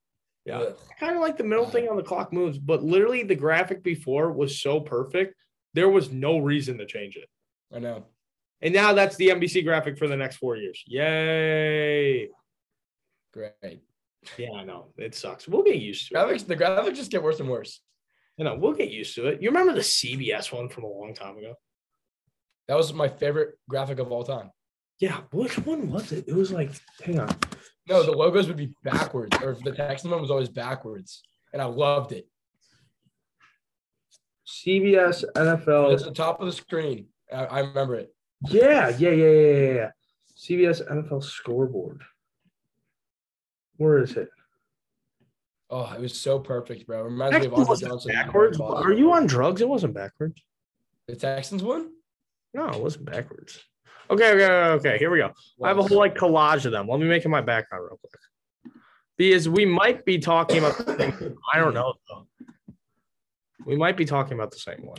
Speaker 2: Ugh.
Speaker 1: kind of like the middle thing on the clock moves, but literally the graphic before was so perfect, there was no reason to change it.
Speaker 2: I know.
Speaker 1: And now that's the NBC graphic for the next four years. Yay!
Speaker 2: Great.
Speaker 1: Yeah, I know. It sucks. We'll get used to it.
Speaker 2: Graphics, the graphics just get worse and worse.
Speaker 1: You know, we'll get used to it. You remember the CBS one from a long time ago?
Speaker 2: That was my favorite graphic of all time.
Speaker 1: Yeah, which one was it? It was like, hang on.
Speaker 2: No, the logos would be backwards, or the Texan one was always backwards, and I loved it.
Speaker 1: CBS
Speaker 2: It was
Speaker 1: NFL.
Speaker 2: the top of the screen. I, I remember it.
Speaker 1: Yeah, yeah, yeah, yeah, yeah, yeah. CBS NFL scoreboard. Where is it?
Speaker 2: Oh, it was so perfect, bro. It reminds me
Speaker 1: Actually,
Speaker 2: of
Speaker 1: it
Speaker 2: Andre
Speaker 1: wasn't
Speaker 2: Johnson.
Speaker 1: backwards. Are you on drugs? It wasn't backwards.
Speaker 2: the Texans one?
Speaker 1: No, it wasn't backwards. Okay, okay, okay. okay, Here we go. I have a whole like collage of them. Let me make it my background real quick. Because we might be talking about the same one. I don't know though. We might be talking about the same one.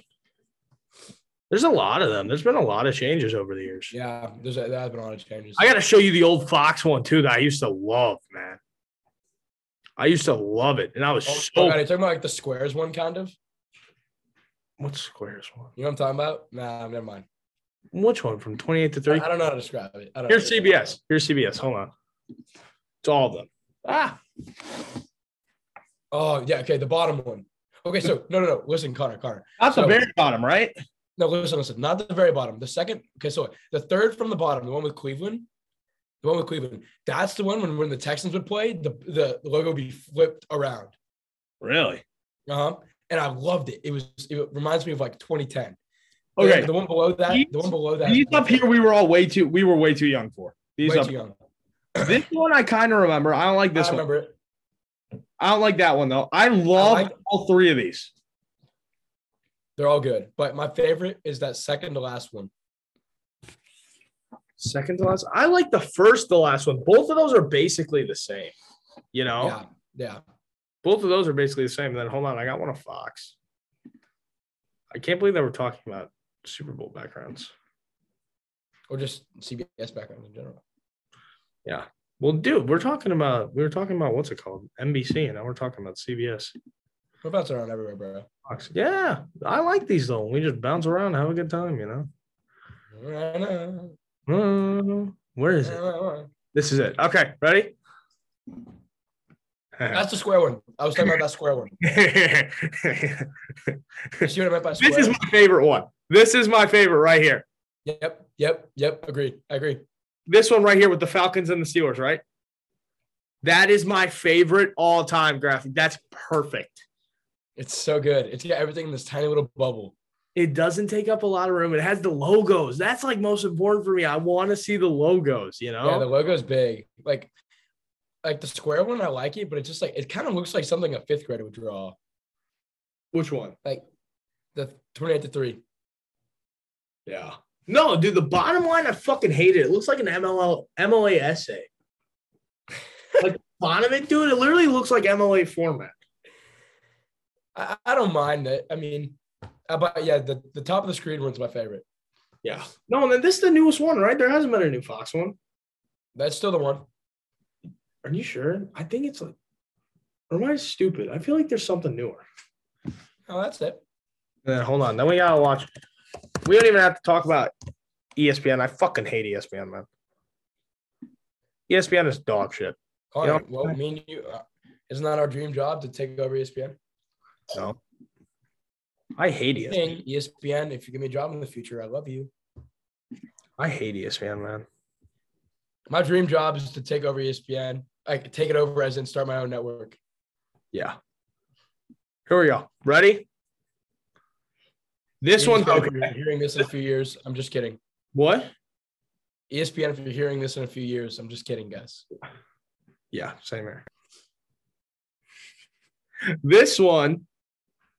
Speaker 1: There's a lot of them. There's been a lot of changes over the years.
Speaker 2: Yeah, there's a, there has been a lot of changes.
Speaker 1: I gotta show you the old Fox one too that I used to love, man. I used to love it, and I was
Speaker 2: Oh,
Speaker 1: so.
Speaker 2: oh God, are you talking about like the squares one, kind of?
Speaker 1: What squares one?
Speaker 2: You know what I'm talking about? Nah, never mind.
Speaker 1: Which one from 28 to
Speaker 2: I,
Speaker 1: 30?
Speaker 2: I don't know how to describe it. I don't
Speaker 1: Here's
Speaker 2: know.
Speaker 1: CBS. Here's CBS. Hold on. It's all of them.
Speaker 2: Ah. Oh yeah. Okay, the bottom one. Okay, so no, no, no. Listen, Connor, Connor.
Speaker 1: That's
Speaker 2: So-
Speaker 1: the very bottom, right?
Speaker 2: No, listen, listen. Not the very bottom. The second. Okay, so the third from the bottom, the one with Cleveland, the one with Cleveland. That's the one when when the Texans would play, the the logo would be flipped around.
Speaker 1: Really?
Speaker 2: Uh huh. And I loved it. It was. It reminds me of like 2010.
Speaker 1: Okay.
Speaker 2: The, one below that. the one below that.
Speaker 1: These up here, we were all way too. We were way too young for these
Speaker 2: Way
Speaker 1: up.
Speaker 2: too young.
Speaker 1: This one I kind of remember. I don't like this
Speaker 2: I
Speaker 1: one.
Speaker 2: remember it.
Speaker 1: I don't like that one though. I love
Speaker 2: like-
Speaker 1: all three of these.
Speaker 2: They're all good, but my favorite is that second to last one.
Speaker 1: Second to last. I like the first to last one. Both of those are basically the same. You know,
Speaker 2: Yeah, yeah.
Speaker 1: both of those are basically the same. And then hold on, I got one of Fox. I can't believe that we're talking about Super Bowl backgrounds.
Speaker 2: Or just CBS background in general.
Speaker 1: Well, dude, we're talking about we were talking about what's it called NBC, and now we're talking about CBS.
Speaker 2: Whereabouts around everywhere, bro.
Speaker 1: Fox. Yeah, I like these though. We just bounce around, have a good time, you know. Uh, Where is it? This is it. Okay, ready?
Speaker 2: That's the square one. I was talking about that square one.
Speaker 1: this
Speaker 2: You see what I meant by square?
Speaker 1: is my favorite one. This is my favorite right here.
Speaker 2: yep, yep, yep. Agreed. I agree.
Speaker 1: This one right here with the Falcons and the Steelers, right? That is my favorite all time graphic. That's perfect.
Speaker 2: It's so good. It's got everything in this tiny little bubble.
Speaker 1: It doesn't take up a lot of room. It has the logos. That's like most important for me. I want to see the logos, you know?
Speaker 2: Yeah, the logo's big. Like, like the square one, I like it, but it's just like it kind of looks like something a fifth grader would draw.
Speaker 1: Which one?
Speaker 2: The twenty-eight to three.
Speaker 1: Yeah. No, dude, the bottom line, I fucking hate it. It looks like an MLL, MLA essay. like, the bottom of it, dude, it literally looks like MLA format.
Speaker 2: I, I don't mind it. I mean, uh, but yeah, the, the top of the screen one's my favorite.
Speaker 1: Yeah. No, and then this is the newest one, right? There hasn't been a new Fox one.
Speaker 2: That's still the one.
Speaker 1: Are you sure? I think it's like, or am I stupid? I feel like there's something newer.
Speaker 2: Oh, that's it.
Speaker 1: Then hold on. Then we gotta watch. We don't even have to talk about E ESPN. I fucking hate E ESPN, man. E ESPN is dog shit.
Speaker 2: Connor,
Speaker 1: Yep.
Speaker 2: well, me and you, uh, isn't that our dream job to take over E ESPN?
Speaker 1: No. I hate E ESPN.
Speaker 2: Thing, ESPN, if you give me a job in the future, I love you.
Speaker 1: I hate E ESPN, man.
Speaker 2: My dream job is to take over E ESPN. I could take it over as in start my own network.
Speaker 1: Yeah. Here we go. Ready? This
Speaker 2: You're
Speaker 1: one's
Speaker 2: just gonna be
Speaker 1: okay.
Speaker 2: Hearing this in a few years, I'm just kidding. E
Speaker 1: What?
Speaker 2: ESPN, if you're hearing this in a few years, I'm just kidding, guys.
Speaker 1: Yeah, same here. This one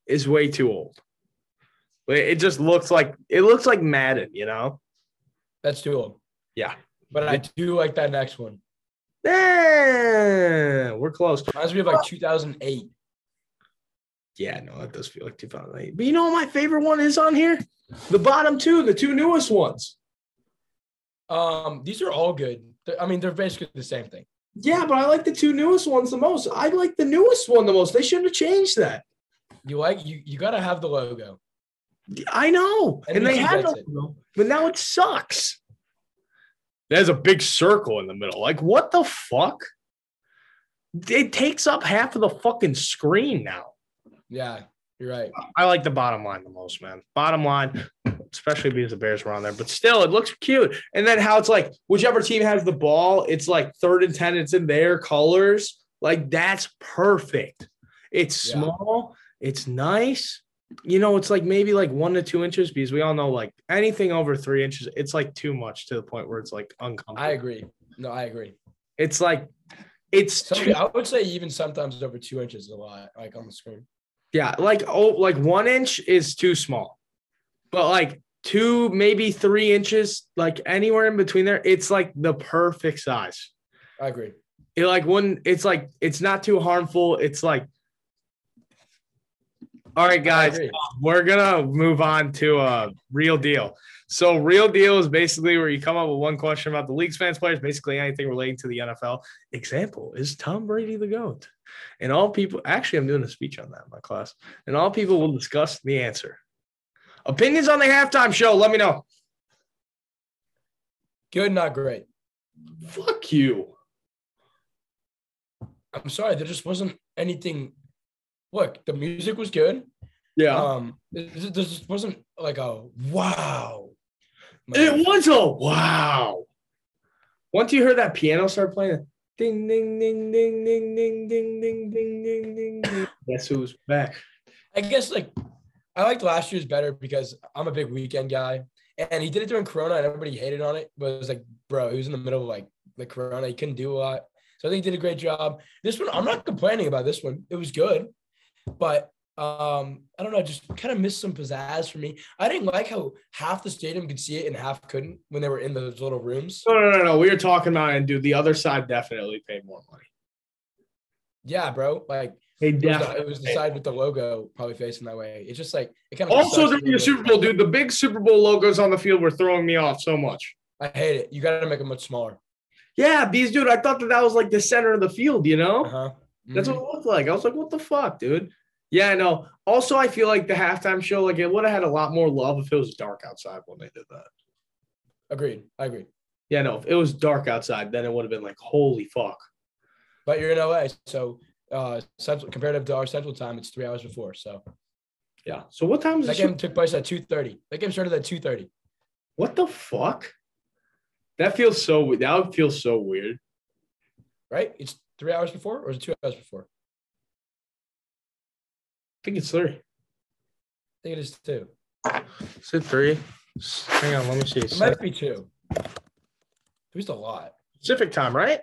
Speaker 1: is way too old. It it just looks like it looks like Madden, you know?
Speaker 2: That's too old.
Speaker 1: Yeah.
Speaker 2: But I do like that next one.
Speaker 1: Eh, we're close.
Speaker 2: Reminds me of like 2008.
Speaker 1: Yeah, no, that does feel like 2008. But you know what my favorite one is on here? The bottom two, the two newest ones.
Speaker 2: Um, these are all good. They're- I mean, they're basically the same thing.
Speaker 1: Yeah, but I like the two newest ones the most. I like the newest one the most. They shouldn't have changed that.
Speaker 2: You like you you gotta have the logo.
Speaker 1: I know.
Speaker 2: And
Speaker 1: And they
Speaker 2: Mickey
Speaker 1: had
Speaker 2: gets it.
Speaker 1: no, but now it sucks. There's a big circle in the middle. Like, what the fuck? It takes up half of the fucking screen now.
Speaker 2: Yeah, you're right.
Speaker 1: I like the bottom line the most, man. Bottom line, especially because the Bears were on there, but still, it looks cute. And then how it's like, whichever team has the ball, it's like third and 10, it's in their colors. Like, that's perfect. It's
Speaker 2: Yeah.
Speaker 1: small, it's nice. You know, it's like maybe like one to two inches because we all know like anything over three inches, it's like too much to the point where it's like uncomfortable.
Speaker 2: I agree. No, I agree.
Speaker 1: It's like, it's
Speaker 2: Some,
Speaker 1: too
Speaker 2: I would say even sometimes over two inches is a lot, like on the screen.
Speaker 1: Yeah, like oh, like one inch is too small, but like two, maybe three inches, like anywhere in between there, it's like the perfect size.
Speaker 2: I agree.
Speaker 1: It like one, it's like it's not too harmful. It's like All right, guys,
Speaker 2: agree.
Speaker 1: we're gonna move on to uh, real deal. So, real deal is basically where you come up with one question about the league's fans, players, basically anything relating to the NFL. Example is Tom Brady the goat, and all people. Actually, I'm doing a speech on that in my class, and all people will discuss the answer. Opinions on the halftime show. Let me know.
Speaker 2: Good, not great.
Speaker 1: Fuck you.
Speaker 2: I'm sorry, there just wasn't anything. Look, the music was good.
Speaker 1: Yeah,
Speaker 2: Um, there there just wasn't like a wow.
Speaker 1: it was a wow. Once you heard that piano start playing, ding ding ding ding ding ding ding ding ding ding ding. ding. Guess who's back?
Speaker 2: I guess like I liked last year's better because I'm a big weekend guy, and he did it during Corona, and everybody hated on it. But it was like, bro, he was in the middle of like the Corona, he couldn't do a lot. So I think he did a great job. This one, I'm not complaining about this one. It was good, but um, I don't know, just kind of missed some pizzazz for me. I didn't like how half the stadium could see it and half couldn't when they were in those little rooms.
Speaker 1: No, no, no, no. We were talking about and dude, the other side definitely paid more money.
Speaker 2: Yeah, bro, like
Speaker 1: They
Speaker 2: it was, the, it was the side with the logo probably facing that way. It's just like it kind of
Speaker 1: Also during the Super Bowl, dude, the big Super Bowl logos on the field were throwing me off so much.
Speaker 2: I hate it. You got to make it much smaller.
Speaker 1: Yeah, these dude, I thought that that was like the center of the field, you know?
Speaker 2: Uh-huh.
Speaker 1: That's what it looked like. I was like, what the fuck, dude? Yeah, I know. Also, I feel like the halftime show, like it would have had a lot more love if it was dark outside when they did that.
Speaker 2: Agreed. I agree.
Speaker 1: Yeah, no, if it was dark outside, then it would have been like, holy fuck.
Speaker 2: But you're in LA, so uh, central, comparative to our central time, it's three hours before. So
Speaker 1: Yeah. So what time is
Speaker 2: that
Speaker 1: this?
Speaker 2: game took place at two thirty. That game started at two thirty.
Speaker 1: What the fuck? That feels so weird. That would feel so weird.
Speaker 2: Right? It's three hours before, or is it two hours before? I
Speaker 1: I think it's three.
Speaker 2: think it is two.
Speaker 1: Is it three? Hang on, let me see.
Speaker 2: It might be two. There's a lot.
Speaker 1: Pacific time, right?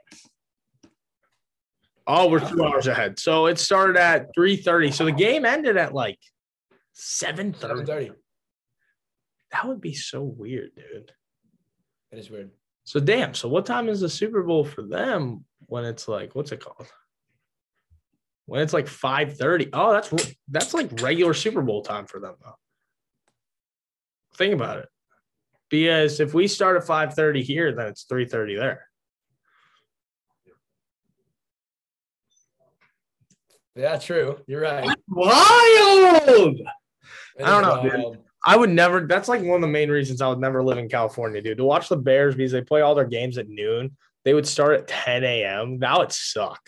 Speaker 1: Oh, we're two hours ahead. So it started at three thirty. So the game ended at like seven
Speaker 2: Seven
Speaker 1: thirty.
Speaker 2: thirty.
Speaker 1: That would be so weird, dude.
Speaker 2: It is weird.
Speaker 1: So damn. So what time is the Super Bowl for them when it's like what's it called? When it's like five thirty. Oh, that's r- that's like regular Super Bowl time for them though. Think about it. Because if we start at five thirty here, then it's three thirty there.
Speaker 2: Yeah, true. You're right.
Speaker 1: Wild.
Speaker 2: It
Speaker 1: I don't
Speaker 2: is
Speaker 1: know, dude.
Speaker 2: wild.
Speaker 1: I would never. That's like one of the main reasons I would never live in California, dude. To watch the Bears because they play all their games at noon. They would start at 10 a.m. That would suck.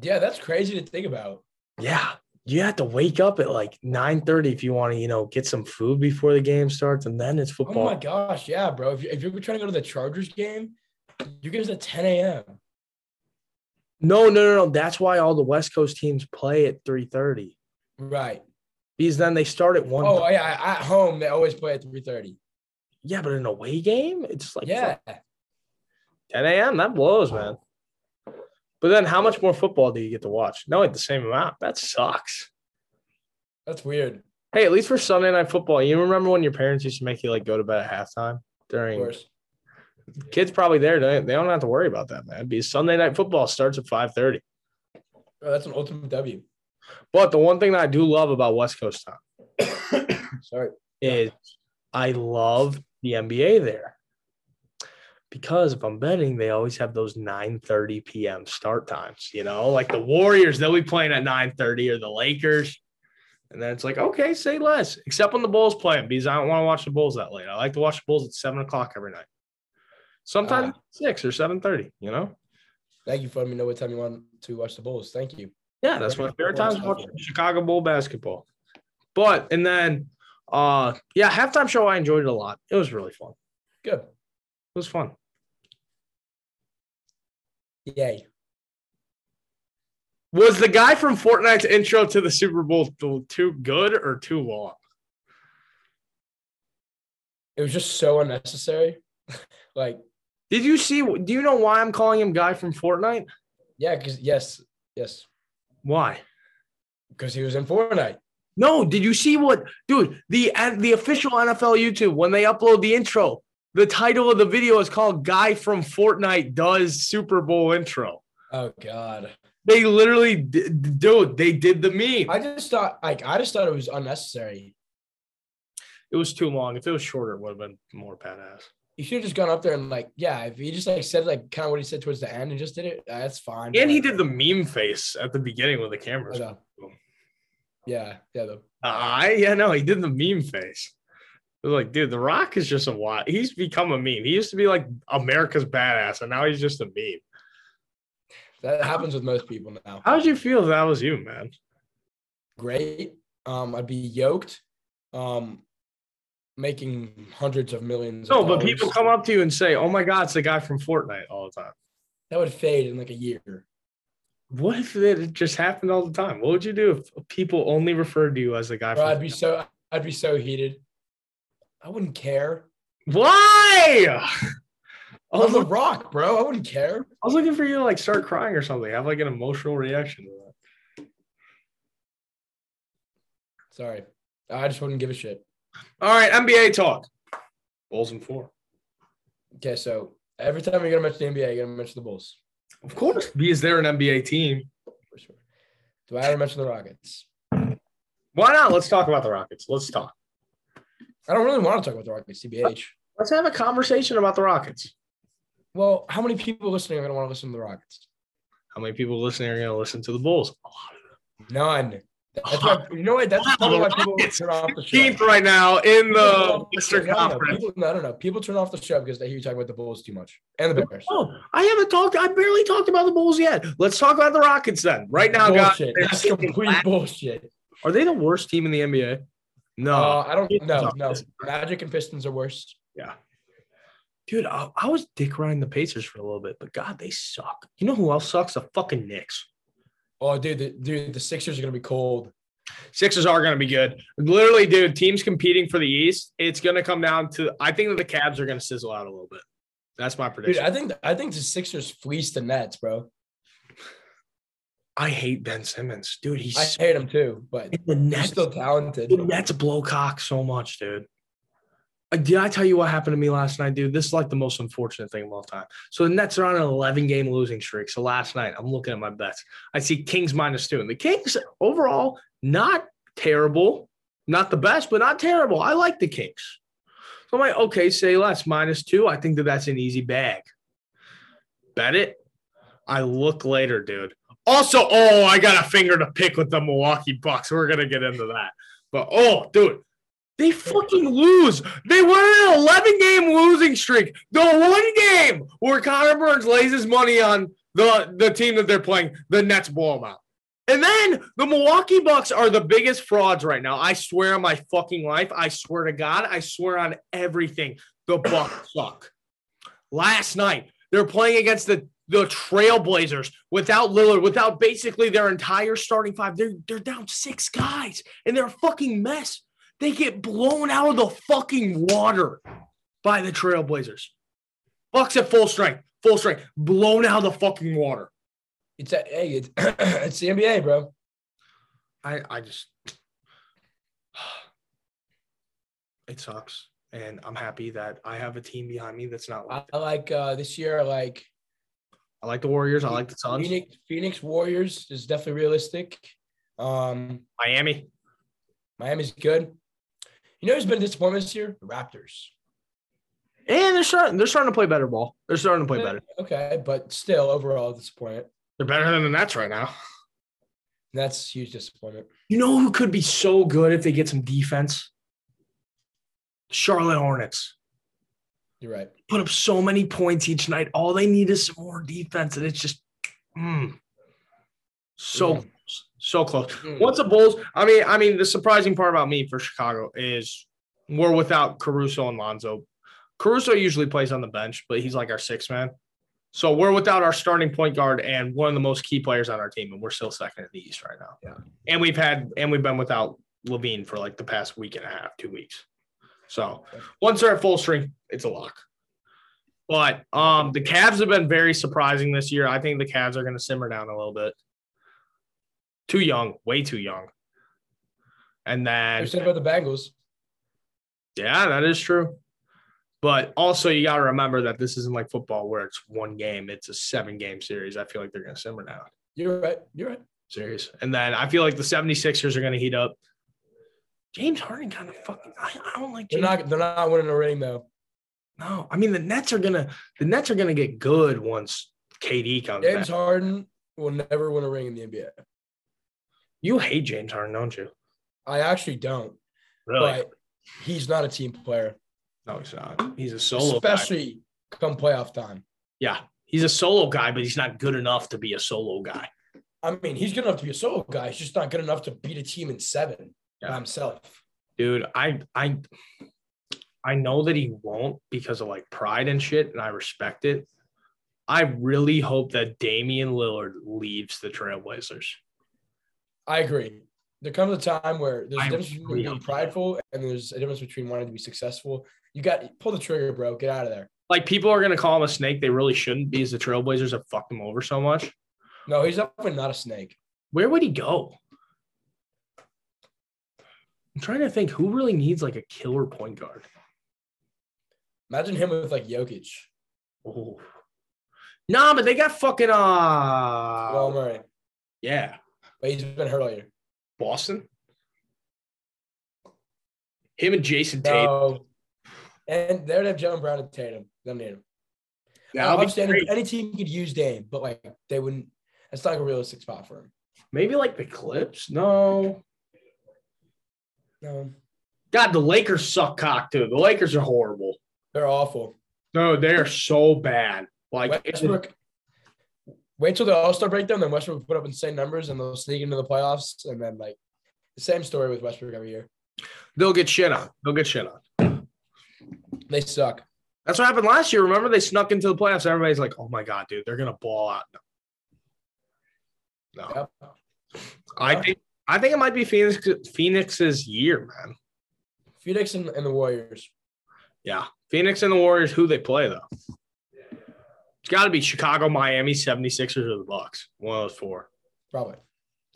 Speaker 2: Yeah, that's crazy to think about.
Speaker 1: Yeah, you have to wake up at like 9:30 if you want to, you know, get some food before the game starts, and then it's
Speaker 2: Oh
Speaker 1: football.
Speaker 2: my gosh, yeah, bro. If, you, if you're trying to go to the Chargers game, you game's at 10 a.m.
Speaker 1: no, no, no, no. That's why all the West Coast teams play at 3:30
Speaker 2: Right.
Speaker 1: because then they start at one.
Speaker 2: Oh yeah, at home they always play at 3:30.
Speaker 1: yeah, but in a away game, it's like
Speaker 2: Yeah.
Speaker 1: 10 a.m. That blows, man. But then, how much more football do you get to watch? No, at the same amount. That sucks.
Speaker 2: That's weird.
Speaker 1: Hey, at least for Sunday night football, you remember when your parents used to make you like go to bed at halftime
Speaker 2: Of
Speaker 1: during
Speaker 2: course.
Speaker 1: kids probably there. They they don't have to worry about that, man. Because Sunday night football starts at 5:30.
Speaker 2: Bro, Oh, that's an ultimate W.
Speaker 1: But the one thing that I do love about West Coast time
Speaker 2: Sorry.
Speaker 1: is I love the NBA there. Because if I'm betting, they always have those 9:30 p.m. start times, you know, like the Warriors, they'll be playing at 9:30 or the Lakers. And then it's like, okay, say less, except when the Bulls play 'em, because I don't want to watch the Bulls that late. I like to watch the Bulls at seven o'clock every night. Sometimes six or seven thirty, you know?
Speaker 2: Thank you for letting me know what time you want to watch the Bulls. Thank you.
Speaker 1: Yeah, that's my favorite time
Speaker 2: Awesome.
Speaker 1: watching Chicago Bowl basketball. But and then uh yeah, halftime show I enjoyed it a lot. It was really fun.
Speaker 2: Good.
Speaker 1: It was fun.
Speaker 2: Yay.
Speaker 1: Was the guy from Fortnite's intro to the Super Bowl th- too good or too long?
Speaker 2: It was just so unnecessary. like,
Speaker 1: Did you see do you know why I'm calling him guy from Fortnite?
Speaker 2: yeah, because yes, yes,
Speaker 1: Why?
Speaker 2: because he was in Fortnite.
Speaker 1: No, did you see what dude, the and the official NFL YouTube when they upload the intro, the title of the video is called Guy from Fortnite does Super Bowl intro.
Speaker 2: Oh God.
Speaker 1: They literally, d- d- dude, they did the meme.
Speaker 2: I just thought like I just thought it was unnecessary.
Speaker 1: it was too long. If it was shorter, it would have been more badass.
Speaker 2: You should have just gone up there and like, yeah, if he just like said like kind of what he said towards the end and just did it, uh, that's fine.
Speaker 1: And he
Speaker 2: Whatever.
Speaker 1: did the meme face at the beginning with the cameras.
Speaker 2: But, uh, yeah, yeah, though.
Speaker 1: Uh, I yeah, no, he did the meme face. It was like, dude, The Rock is just a lot. He's become a meme. He used to be like America's badass, and now he's just a meme.
Speaker 2: That happens with most people now.
Speaker 1: How'd you feel if that was you, man?
Speaker 2: Great. Um, I'd be yoked. Um, making hundreds of millions.
Speaker 1: No,
Speaker 2: of
Speaker 1: but
Speaker 2: dollars.
Speaker 1: people come up to you and say, "Oh my God, it's the guy from Fortnite" all the time.
Speaker 2: that would fade in like a year.
Speaker 1: What if it just happened all the time? What would you do if people only referred to you as the guy?
Speaker 2: Bro, I'd
Speaker 1: From-
Speaker 2: be so I'd be so heated. I wouldn't care.
Speaker 1: Why? I
Speaker 2: On
Speaker 1: was,
Speaker 2: the
Speaker 1: Oh, look-
Speaker 2: rock, bro. I wouldn't care.
Speaker 1: I was looking for you to like start crying or something. Have like an emotional reaction to that.
Speaker 2: Sorry. I just wouldn't give a shit.
Speaker 1: All right, NBA talk. Bulls and four.
Speaker 2: Okay, so every time you're gonna mention the NBA, you're gonna mention the Bulls.
Speaker 1: Of course, because they're an NBA team.
Speaker 2: For sure. Do I ever mention the Rockets?
Speaker 1: Why not? Let's talk about the Rockets. Let's talk.
Speaker 2: I don't really want to talk about the Rockets, TBH.
Speaker 1: Let's have a conversation about the Rockets.
Speaker 2: Well, how many people listening are gonna want to listen to the Rockets?
Speaker 1: How many people listening are going to listen to the Bulls?
Speaker 2: None. That's why you know what? That's
Speaker 1: Wow,
Speaker 2: probably why
Speaker 1: the
Speaker 2: people
Speaker 1: Rockets
Speaker 2: turn off the show.
Speaker 1: Keith right now in
Speaker 2: People turn
Speaker 1: the
Speaker 2: off
Speaker 1: Western
Speaker 2: the show. No, no, no.
Speaker 1: Conference.
Speaker 2: People- No, no, no. People turn off the show because they hear you talking about the Bulls too much and the Bears.
Speaker 1: Oh, I haven't talked. I barely talked about the Bulls yet. Let's talk about the Rockets then. Right now, guys,
Speaker 2: bullshit.
Speaker 1: they're
Speaker 2: That's
Speaker 1: sitting
Speaker 2: complete
Speaker 1: flat.
Speaker 2: bullshit.
Speaker 1: are they the worst team in the NBA? No,
Speaker 2: Uh, I don't
Speaker 1: No.
Speaker 2: know. No, Magic and Pistons are worse.
Speaker 1: dude. I, I was dick riding the Pacers for a little bit, but God, they suck. You know who else sucks? The fucking Knicks.
Speaker 2: Oh, dude, the, dude, the Sixers are gonna be cold.
Speaker 1: Sixers are going to be good. Literally, dude, teams competing for the East, it's going to come down to I think that the Cavs are going to sizzle out a little bit. That's my
Speaker 2: Dude,
Speaker 1: prediction.
Speaker 2: I think I think the Sixers fleeced the Nets, bro.
Speaker 1: I, hate Ben Simmons. Dude, he's
Speaker 2: I hate them too, but
Speaker 1: the
Speaker 2: he's
Speaker 1: Nets.
Speaker 2: still talented.
Speaker 1: The Nets blow cock so much, dude. Uh, Did I tell you what happened to me last night, dude? This is like the most unfortunate thing of all time. So the Nets are on an 11 game losing streak. So last night, I'm looking at my bets. I see Kings minus two. And the Kings overall, not terrible, not the best, but not terrible. I like the Kings. So I'm like, okay, say less minus two. I think that that's an easy bag. Bet it. I look later, dude. Also, oh, I got a finger to pick with the Milwaukee Bucks. We're going to get into that. But oh, dude, they fucking lose. They went on an 11 game losing streak. The one game where Connor Burns lays his money on the, the team that they're playing, the Nets blow them out. And then the Milwaukee Bucks are the biggest frauds right now. I swear on my fucking life. I swear to God. I swear on everything. The Bucks suck. Last night, they're playing against the the Trailblazers without Lillard, without basically their entire starting five. They're, they're down six guys and they're a fucking mess. They get blown out of the fucking water by the Trailblazers. Bucks at full strength, full strength, blown out of the fucking water.
Speaker 2: It's a, hey, it's, it's the NBA, bro.
Speaker 1: I, I just, it sucks. And I'm happy that I have a team behind me that's not.
Speaker 2: I I like uh, this year. I Like
Speaker 1: I like the Warriors. I like the Suns.
Speaker 2: Phoenix, Phoenix Warriors is definitely realistic. Um,
Speaker 1: Miami.
Speaker 2: Miami's good. You know who's been a disappointment this year? The Raptors.
Speaker 1: And they're starting. They're starting to play better ball. They're starting to play better.
Speaker 2: Okay, but still, overall, disappointment.
Speaker 1: They're better than the Nets right now.
Speaker 2: And that's huge disappointment.
Speaker 1: You know who could be so good if they get some defense? Charlotte Hornets.
Speaker 2: You're right.
Speaker 1: Put up so many points each night. All they need is some more defense, and it's just mm, so
Speaker 2: Mm.
Speaker 1: close. so close.
Speaker 2: Mm.
Speaker 1: Once the Bulls, I mean, I mean, the surprising part about me for Chicago is we're without Caruso and Lonzo. Caruso usually plays on the bench, but he's like our sixth man. So we're without our starting point guard and one of the most key players on our team, and we're still second in the East right now.
Speaker 2: Yeah.
Speaker 1: And we've had and we've been without Levine for like the past week and a half, two weeks. So once they're at full strength, it's a lock. But um, the Cavs have been very surprising this year. I think the Cavs are going to simmer down a little bit. Too young, way too young. And
Speaker 2: I
Speaker 1: then
Speaker 2: said about the Bengals.
Speaker 1: yeah, that is true. But also, you got to remember that this isn't like football where it's one game, it's a seven game series. I feel like they're going to simmer down.
Speaker 2: You're right. You're right.
Speaker 1: Serious. And then I feel like the 76ers are going to heat up. James Harden kind of fucking. I, I don't like
Speaker 2: They're
Speaker 1: James.
Speaker 2: not. They're not winning a ring though.
Speaker 1: no, I mean the Nets are gonna. The Nets are gonna get good once KD comes back.
Speaker 2: James Harden will never win a ring in the NBA.
Speaker 1: You hate James Harden, don't you?
Speaker 2: I actually don't. But he's not a team player,
Speaker 1: No, he's not. He's a solo. guy.
Speaker 2: especially come playoff time.
Speaker 1: Yeah, he's a solo guy, but he's not good enough to be a solo guy.
Speaker 2: I mean, he's good enough to be a solo guy. He's just not good enough to beat a team in seven by
Speaker 1: Yeah.
Speaker 2: himself.
Speaker 1: Dude, I I I know that he won't because of like pride and shit, and I respect it. I really hope that Damian Lillard leaves the Trailblazers.
Speaker 2: I agree. There comes a time where there's a
Speaker 1: I
Speaker 2: difference between
Speaker 1: agree.
Speaker 2: being prideful and there's a difference between wanting to be successful. You got pull the trigger, bro. Get out of there.
Speaker 1: Like people are gonna call him a snake. They really shouldn't because the Trailblazers have fucked him over so much.
Speaker 2: No, he's definitely not a snake.
Speaker 1: Where would he go? I'm trying to think who really needs like a killer point guard.
Speaker 2: Imagine him with like Jokic,
Speaker 1: Oh. Nah, but they got fucking uh
Speaker 2: Jamal Murray,
Speaker 1: yeah.
Speaker 2: but he's been hurt all year.
Speaker 1: Boston. Him and Jason Tatum.
Speaker 2: No. And they'd have Jalen Brown and Tatum. They don't need him.
Speaker 1: That would be
Speaker 2: Obviously, any,
Speaker 1: great.
Speaker 2: any team could use Dame, but like they wouldn't. That's not like a realistic spot for him.
Speaker 1: Maybe like the Clips. No.
Speaker 2: No,
Speaker 1: God, the Lakers suck cock too. The Lakers are horrible.
Speaker 2: they're awful.
Speaker 1: No, they are so bad. Like it's-
Speaker 2: Westbrook. Wait till the All Star breakdown, then Westbrook will put up insane numbers, and they'll sneak into the playoffs, and then like the same story with Westbrook every year.
Speaker 1: they'll get shit on. They'll get shit on.
Speaker 2: They suck.
Speaker 1: That's what happened last year. Remember they snuck into the playoffs. Everybody's like, oh my God, dude, they're gonna ball out. No. No.
Speaker 2: Yep.
Speaker 1: I
Speaker 2: Yeah.
Speaker 1: think I think it might be Phoenix Phoenix's year, man.
Speaker 2: Phoenix and, and the Warriors.
Speaker 1: Yeah. Phoenix and the Warriors, who they play though. It's got to be Chicago, Miami, 76ers, or the Bucks. One of those four.
Speaker 2: Probably.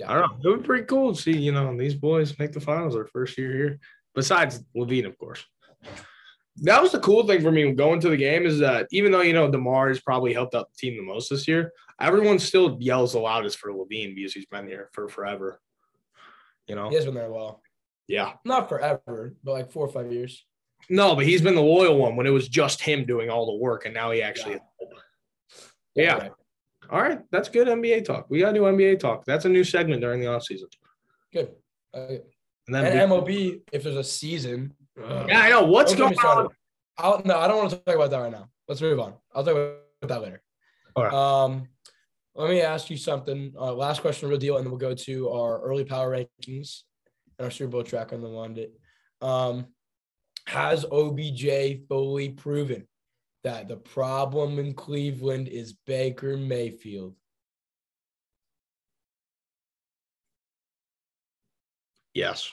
Speaker 1: I don't know. It would be pretty cool to see, you know, these boys make the finals their first year here. Besides Levine, of course. That was the cool thing for me going to the game is that even though, you know, DeMar has probably helped out the team the most this year, everyone still yells the loudest for Levine because he's been here for forever. You know?
Speaker 2: He has been there a while.
Speaker 1: Yeah.
Speaker 2: Not forever, but like four or five years.
Speaker 1: No, but he's been the loyal one when it was just him doing all the work, and now he actually. Yeah.
Speaker 2: Okay.
Speaker 1: All right, that's good NBA talk. We got to do NBA talk. That's a new segment during the offseason.
Speaker 2: Good. Okay.
Speaker 1: And then,
Speaker 2: And MLB, if there's a season. uh, Ugh.
Speaker 1: yeah, I know what's
Speaker 2: Don't
Speaker 1: going
Speaker 2: get me started.
Speaker 1: on.
Speaker 2: I'll, no, I don't want to talk about that right now. Let's move on. I'll talk about that later.
Speaker 1: All right.
Speaker 2: Um, let me ask you something. Uh, last question, real deal, and then we'll go to our early power rankings and our Super Bowl track on the London. Um, has OBJ fully proven that the problem in Cleveland is Baker Mayfield?
Speaker 1: Yes,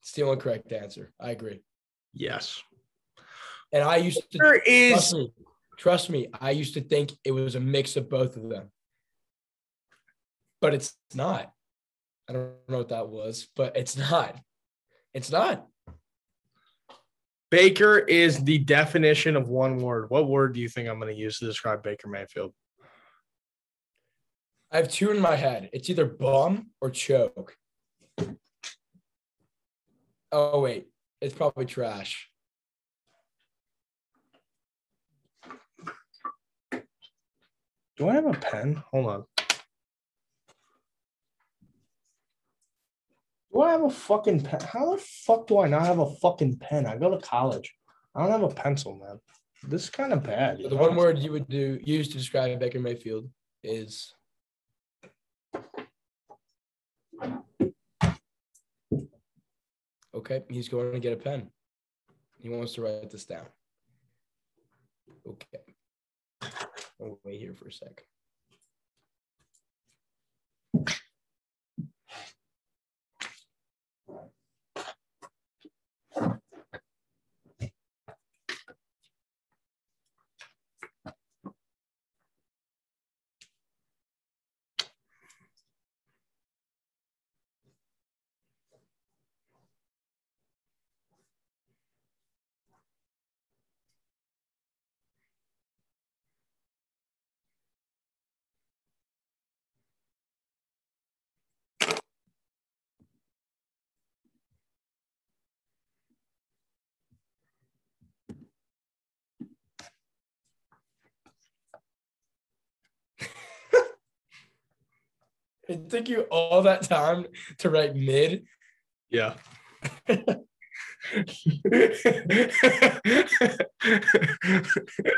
Speaker 2: It's the only correct answer. I agree.
Speaker 1: yes.
Speaker 2: And I used to
Speaker 1: There
Speaker 2: trust
Speaker 1: is
Speaker 2: me, trust me, I used to think it was a mix of both of them. But it's not. I don't know what that was, but it's not. It's not.
Speaker 1: Baker is the definition of one word. What word do you think I'm going to use to describe Baker Mayfield?
Speaker 2: I have two in my head. It's either bum or choke. Oh wait, it's probably trash.
Speaker 1: Do I have a pen? Hold on. Do I have a fucking pen? How the fuck do I not have a fucking pen? I go to college. I don't have a pencil, man. This is kind of bad. you
Speaker 2: The
Speaker 1: know?
Speaker 2: one word you would do use to describe Baker Mayfield is Okay, he's going to get a pen. He wants to write this down. Okay. I'll wait here for a sec. It took you all that time to write mid.
Speaker 1: Yeah.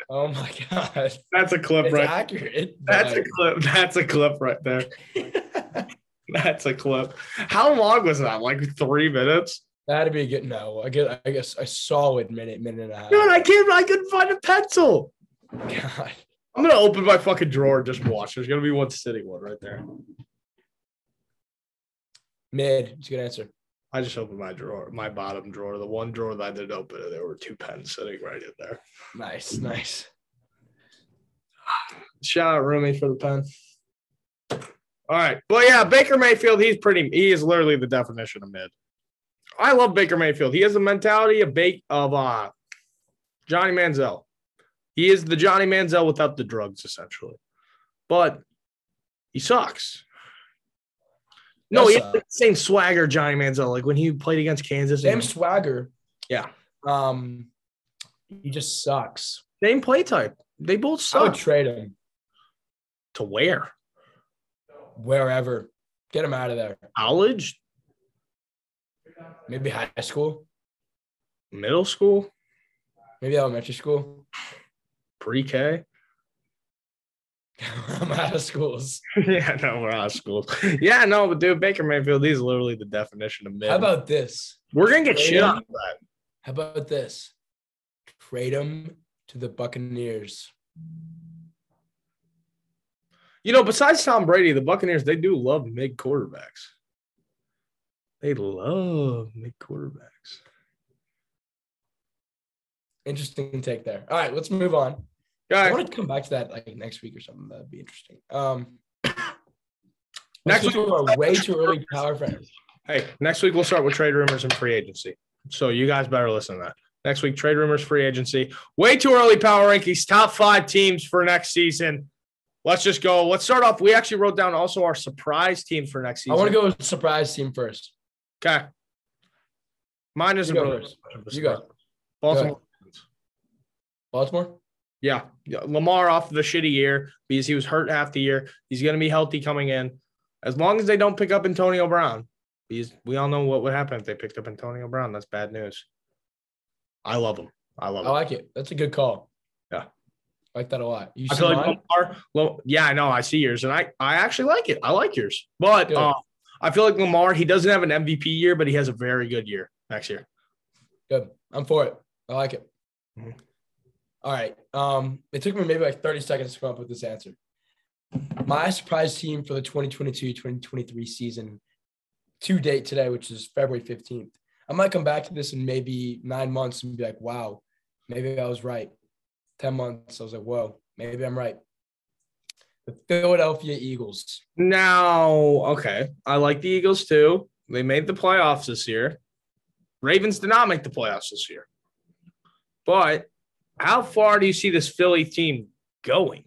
Speaker 2: Oh my god,
Speaker 1: That's a clip
Speaker 2: it's
Speaker 1: right.
Speaker 2: accurate.
Speaker 1: That's a
Speaker 2: but-
Speaker 1: clip. That's a clip right there. That's a clip. How long was that? Like three minutes?
Speaker 2: that'd be a good. No, I guess I guess a solid minute, minute and a half.
Speaker 1: Dude, I can't. I couldn't find a pencil.
Speaker 2: God.
Speaker 1: I'm gonna open my fucking drawer and just watch. There's gonna be one sitting one right there.
Speaker 2: Mid. It's a good answer.
Speaker 1: I just opened my drawer, my bottom drawer, the one drawer that I didn't open, and there were two pens sitting right in there.
Speaker 2: Nice, nice.
Speaker 1: Shout out Rumi for the pen. All right, but yeah, Baker Mayfield, he's pretty. He is literally the definition of mid. I love Baker Mayfield. He has the mentality of bake of uh, Johnny Manziel. He is the Johnny Manziel without the drugs, essentially. But he sucks. No,
Speaker 2: Does
Speaker 1: he has the same swagger Johnny Manziel. Like when he played against Kansas,
Speaker 2: Sam
Speaker 1: same,
Speaker 2: Swagger.
Speaker 1: Yeah.
Speaker 2: Um, he just sucks.
Speaker 1: same play type. They both
Speaker 2: I would
Speaker 1: suck.
Speaker 2: trade him
Speaker 1: to where?
Speaker 2: wherever. Get him out of there.
Speaker 1: College,
Speaker 2: Maybe high school.
Speaker 1: middle school,
Speaker 2: Maybe elementary school.
Speaker 1: pre-K.
Speaker 2: I'm out of schools.
Speaker 1: yeah, no, we're out of school. Yeah, no, but dude, Baker Mayfield, he's literally the definition of mid.
Speaker 2: How about this?
Speaker 1: we're gonna get shit
Speaker 2: Graham?
Speaker 1: on that?
Speaker 2: How about this? Trade him to the Buccaneers.
Speaker 1: You know, besides Tom Brady, the Buccaneers they do love mid quarterbacks. They love mid quarterbacks.
Speaker 2: Interesting take there. All right, let's move on. I
Speaker 1: Guys,
Speaker 2: want to come back to that like next week or something. That'd be interesting. Um,
Speaker 1: Next
Speaker 2: next week are way too early power friends.
Speaker 1: hey, next week we'll start with trade rumors and free agency. So you guys better listen to that. Next week, trade rumors, free agency. Way too early power rankings, top five teams for next season. Let's just go. Let's start off. We actually wrote down also our surprise teams for next
Speaker 2: I
Speaker 1: season.
Speaker 2: want to go with surprise team first.
Speaker 1: Okay. Mine
Speaker 2: You
Speaker 1: isn't
Speaker 2: go
Speaker 1: really
Speaker 2: first.
Speaker 1: much of a
Speaker 2: You go.
Speaker 1: surprise. Baltimore.
Speaker 2: Baltimore.
Speaker 1: Yeah. yeah. Lamar off the shitty year because he was hurt half the year. He's going to be healthy coming in. As long as they don't pick up Antonio Brown, because we all know what would happen if they picked up Antonio Brown. That's bad news. I love him. I love
Speaker 2: I
Speaker 1: him.
Speaker 2: like it. That's a good call.
Speaker 1: Oh. Yeah.
Speaker 2: like that a lot. You
Speaker 1: I
Speaker 2: see
Speaker 1: feel like
Speaker 2: mine?
Speaker 1: Lamar. Lo- yeah, I know. I see yours, and I I actually like it. I like yours, but
Speaker 2: Good.
Speaker 1: um, I feel like Lamar. He doesn't have an MVP year, but he has a very good year next year.
Speaker 2: Good. I'm for it. I like it.
Speaker 1: Mhm.
Speaker 2: All right. Um, it took me maybe like 30 seconds to come up with this answer. My surprise team for the 2022-2023 season to date today, which is February 15th. I might come back to this in maybe nine months and be like, wow, maybe I was right. 10 months, I was like, whoa, maybe I'm right. The Philadelphia Eagles.
Speaker 1: Now, okay, I like the Eagles too. They made the playoffs this year. Ravens did not make the playoffs this year. But how far do you see this Philly team going?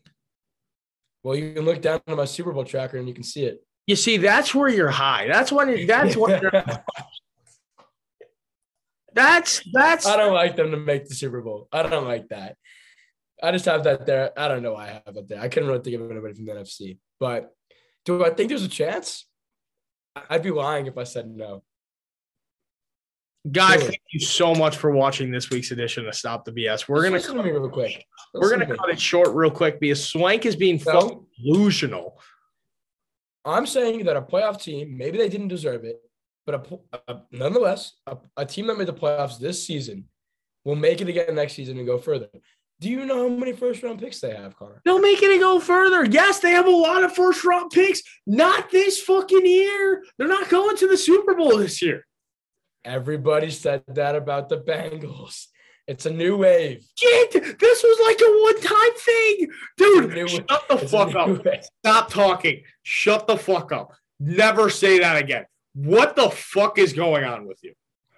Speaker 2: Well, you can look down at my Super Bowl tracker and you can see it.
Speaker 1: You see, that's where you're high. That's when. That's when. you're- That's that's.
Speaker 2: I don't like them to make the Super Bowl. I don't like that. I just have that there. I don't know why I have it there. I couldn't really think of anybody from the NFC. But do I think there's a chance? I'd be lying if I said no.
Speaker 1: Guys, thank you so much for watching this week's edition of Stop the BS. We're gonna
Speaker 2: Listen to me real quick.
Speaker 1: we're
Speaker 2: Listen
Speaker 1: gonna
Speaker 2: to me.
Speaker 1: cut it short real quick because Swank is being fucking
Speaker 2: So,
Speaker 1: delusional.
Speaker 2: I'm saying that a playoff team, maybe they didn't deserve it, but a, pl- a- nonetheless, a, a team that made the playoffs this season will make it again next season and go further. Do you know how many first round picks they have, Connor?
Speaker 1: They'll make it go further. Yes, they have a lot of first round picks. Not this fucking year. They're not going to the Super Bowl this year.
Speaker 2: Everybody said that about the Bengals. It's a new wave.
Speaker 1: Kid, this was like a one time thing. Dude,
Speaker 2: It's a new-
Speaker 1: shut the
Speaker 2: It's
Speaker 1: fuck
Speaker 2: a
Speaker 1: up.
Speaker 2: new wave.
Speaker 1: Stop talking. Shut the fuck up. Never say that again. What the fuck is going on with you?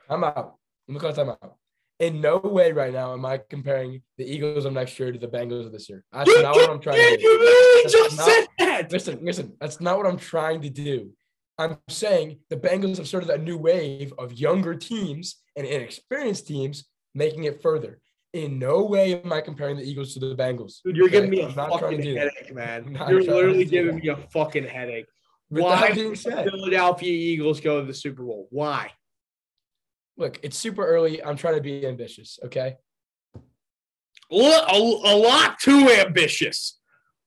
Speaker 2: I'm out. Let me call time out. In no way right now am I comparing the Eagles of next year to the Bengals of this year. That's
Speaker 1: You,
Speaker 2: not what I'm trying to
Speaker 1: you
Speaker 2: do.
Speaker 1: literally
Speaker 2: That's
Speaker 1: just
Speaker 2: not-
Speaker 1: said that.
Speaker 2: Listen, listen, that's not what I'm trying to do. I'm saying the Bengals have started a new wave of younger teams and inexperienced teams making it further. In no way am I comparing the Eagles to the Bengals.
Speaker 1: Dude, you're
Speaker 2: Okay,
Speaker 1: giving me a
Speaker 2: I'm not trying to
Speaker 1: fucking
Speaker 2: do that.
Speaker 1: headache,
Speaker 2: I'm
Speaker 1: man.
Speaker 2: not
Speaker 1: You're
Speaker 2: trying
Speaker 1: literally
Speaker 2: to do
Speaker 1: giving
Speaker 2: that.
Speaker 1: me a fucking headache.
Speaker 2: With
Speaker 1: Why
Speaker 2: that being said,
Speaker 1: Philadelphia Eagles go to the Super Bowl? Why?
Speaker 2: look, it's super early. I'm trying to be ambitious. Okay.
Speaker 1: Lo- A, a lot too ambitious.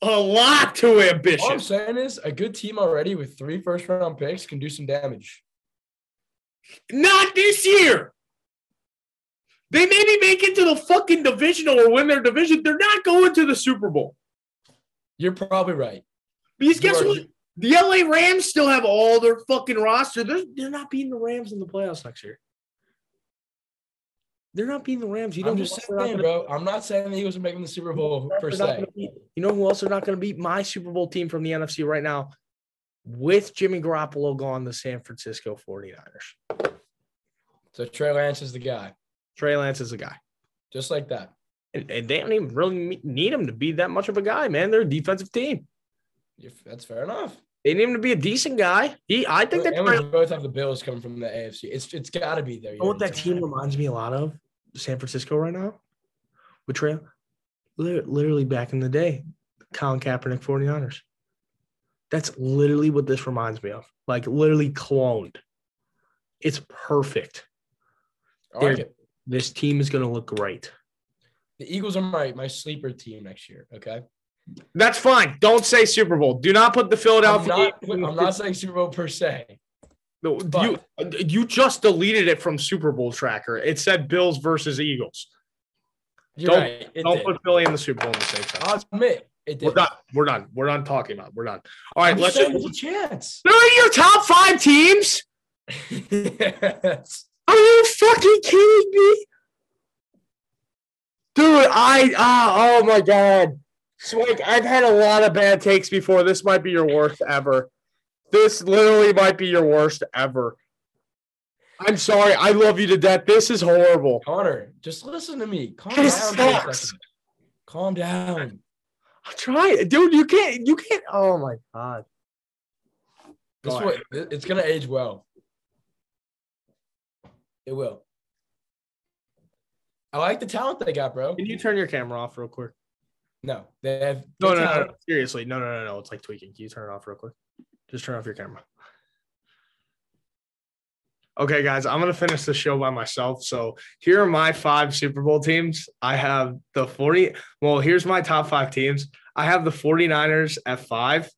Speaker 1: A lot too
Speaker 2: All I'm
Speaker 1: ambitious.
Speaker 2: saying is a good team already with three first round picks can do some damage.
Speaker 1: Not this year. They maybe make it to the fucking divisional or win their division. They're not going to the Super Bowl.
Speaker 2: You're probably right.
Speaker 1: Because guess
Speaker 2: You are-
Speaker 1: what? The LA Rams still have all their fucking roster. They're, they're not beating the Rams in the playoffs next year. They're not beating the Rams. You know
Speaker 2: I'm
Speaker 1: who
Speaker 2: just
Speaker 1: else they're not
Speaker 2: saying,
Speaker 1: gonna-
Speaker 2: bro. I'm not saying the Eagles are making the Super Bowl per
Speaker 1: they're not
Speaker 2: se.
Speaker 1: gonna beat? You know who else they're not going to beat? My Super Bowl team from the NFC right now with Jimmy Garoppolo gone, the San Francisco 49ers.
Speaker 2: So Trey Lance is the guy,
Speaker 1: Trey Lance is a guy.
Speaker 2: just like that.
Speaker 1: And, and they don't even really me- need him to be that much of a guy, man. They're a defensive team.
Speaker 2: If that's fair enough.
Speaker 1: They need him to be a decent guy. He, I think that.
Speaker 2: And
Speaker 1: Trey-
Speaker 2: we both have the Bills coming from the AFC. It's it's got to be there.
Speaker 1: You know what that team reminds me a lot of? San Francisco right now with Trey. li- Literally back in the day, Colin Kaepernick 49ers. That's literally what this reminds me of. Like literally cloned. It's perfect.
Speaker 2: I like it.
Speaker 1: This team is going to look great.
Speaker 2: The Eagles are my my sleeper team next year. Okay.
Speaker 1: That's fine. Don't say Super Bowl. Do not put the
Speaker 2: I'm
Speaker 1: Philadelphia.
Speaker 2: not, I'm not saying Super Bowl per se.
Speaker 1: No, you, uh, you just deleted it from Super Bowl tracker. It said Bills versus Eagles.
Speaker 2: You're
Speaker 1: Don't-
Speaker 2: right. It
Speaker 1: Don't
Speaker 2: did.
Speaker 1: put Philly in the Super Bowl in the same sentence.
Speaker 2: I'll admit it did.
Speaker 1: We're done. We're done. We're done talking about. It. We're done. All right,
Speaker 2: I'm
Speaker 1: let's.
Speaker 2: saying there's a chance.
Speaker 1: They're in your top five teams.
Speaker 2: Yes.
Speaker 1: Are you fucking kidding me, dude? I ah, oh my god, Swank. I've had a lot of bad takes before. This might be your worst ever. This literally might be your worst ever. I'm sorry. I love you to death. This is horrible.
Speaker 2: Connor, just listen to me. Calm
Speaker 1: This
Speaker 2: down. for a
Speaker 1: sucks.
Speaker 2: second. Calm down.
Speaker 1: I'm trying, dude. You can't. You can't. Oh my god.
Speaker 2: This
Speaker 1: Go
Speaker 2: what, it's gonna age well. It will. I like the talent they got, bro.
Speaker 1: Can you turn your camera off real quick?
Speaker 2: No, they have
Speaker 1: No, no,
Speaker 2: good
Speaker 1: no,
Speaker 2: talent.
Speaker 1: no. Seriously. No, no, no, no. It's like tweaking. Can you turn it off real quick? Just turn off your camera. Okay, guys, I'm going to finish the show by myself. So here are my five Super Bowl teams. I have the 40. Well, here's my top five teams. I have the 49ers at five